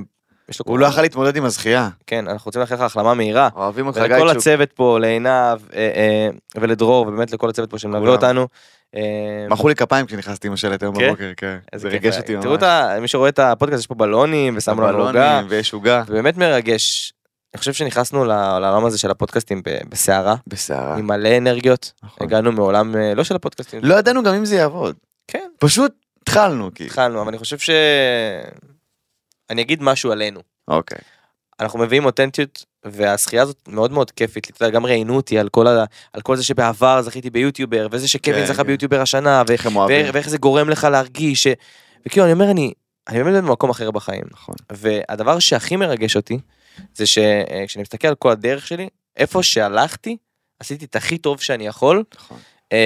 יש לו הוא לא יכול להתמודד עם הזכייה. כן, אנחנו רוצים לאחל לך החלמה מהירה. אוהבים אותך, ולכל גייצ'וק. הצוות פה, לעינב אה, אה, ולדרור, ובאמת לכל הצוות פה שמלווה כולם. אותנו. אה, מחאו לי כפיים כשנכנסתי עם השלט היום כן? בבוקר, כן. איזה זה כיף ריגש היה. אותי ממש. תראו את ה... מי שרואה את הפודקאסט, יש פה בלונים, ושמו לנו הבלונים עוגה. ויש עוגה. זה באמת מרגש. אני חושב שנכנסנו ל- לעולם הזה של הפודקאסטים ב- בסערה, בסערה. עם מלא אנרגיות. אה. נכון. הגענו מעולם אה, לא של הפודקאסטים. לא ידענו גם אם זה יעבוד. כן. פשוט התחלנו, כאילו. התחלנו, אבל אני חושב ש... אני אגיד משהו עלינו. אוקיי. אנחנו מביאים אותנטיות, והזכייה הזאת מאוד מאוד כיפית. אתה יודע, גם ראיינו אותי על כל, ה... על כל זה שבעבר זכיתי ביוטיובר, וזה שקווין כן, זכה כן. ביוטיובר השנה, ו... איך הם אוהבים. ואיך, ואיך זה גורם לך להרגיש. ש... וכאילו, אני אומר, אני, אני באמת במקום אחר בחיים. נכון. והדבר שהכי מרגש אותי, זה שכשאני מסתכל על כל הדרך שלי, איפה שהלכתי, עשיתי את הכי טוב שאני יכול, נכון. אה,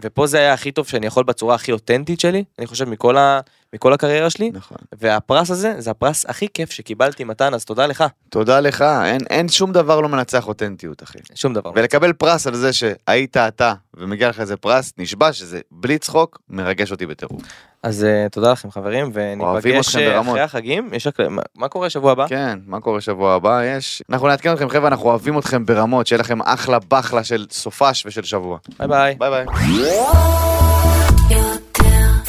ופה זה היה הכי טוב שאני יכול בצורה הכי אותנטית שלי, אני חושב מכל, ה, מכל הקריירה שלי, נכון. והפרס הזה, זה הפרס הכי כיף שקיבלתי מתן, אז תודה לך, תודה לך, אין- אין שום דבר לא מנצח אותנטיות, אחי. שום דבר. ו... ולקבל פרס על זה שהיית אתה ומגיע לך איזה פרס, נשבע שזה בלי צחוק, מרגש אותי בטירוף. אז אה, תודה לכם חברים, וניפגש אתכם אה, ברמות. אחרי החגים, יש רק... מה, מה קורה שבוע הבא? כן, מה קורה שבוע הבא? יש. אנחנו נעדכן אתכם, חבר'ה, אנחנו אוהבים אתכם ברמות, שיהיה לכם אחלה בחלה של סופש ושל שבוע. ביי ביי. ביי ביי.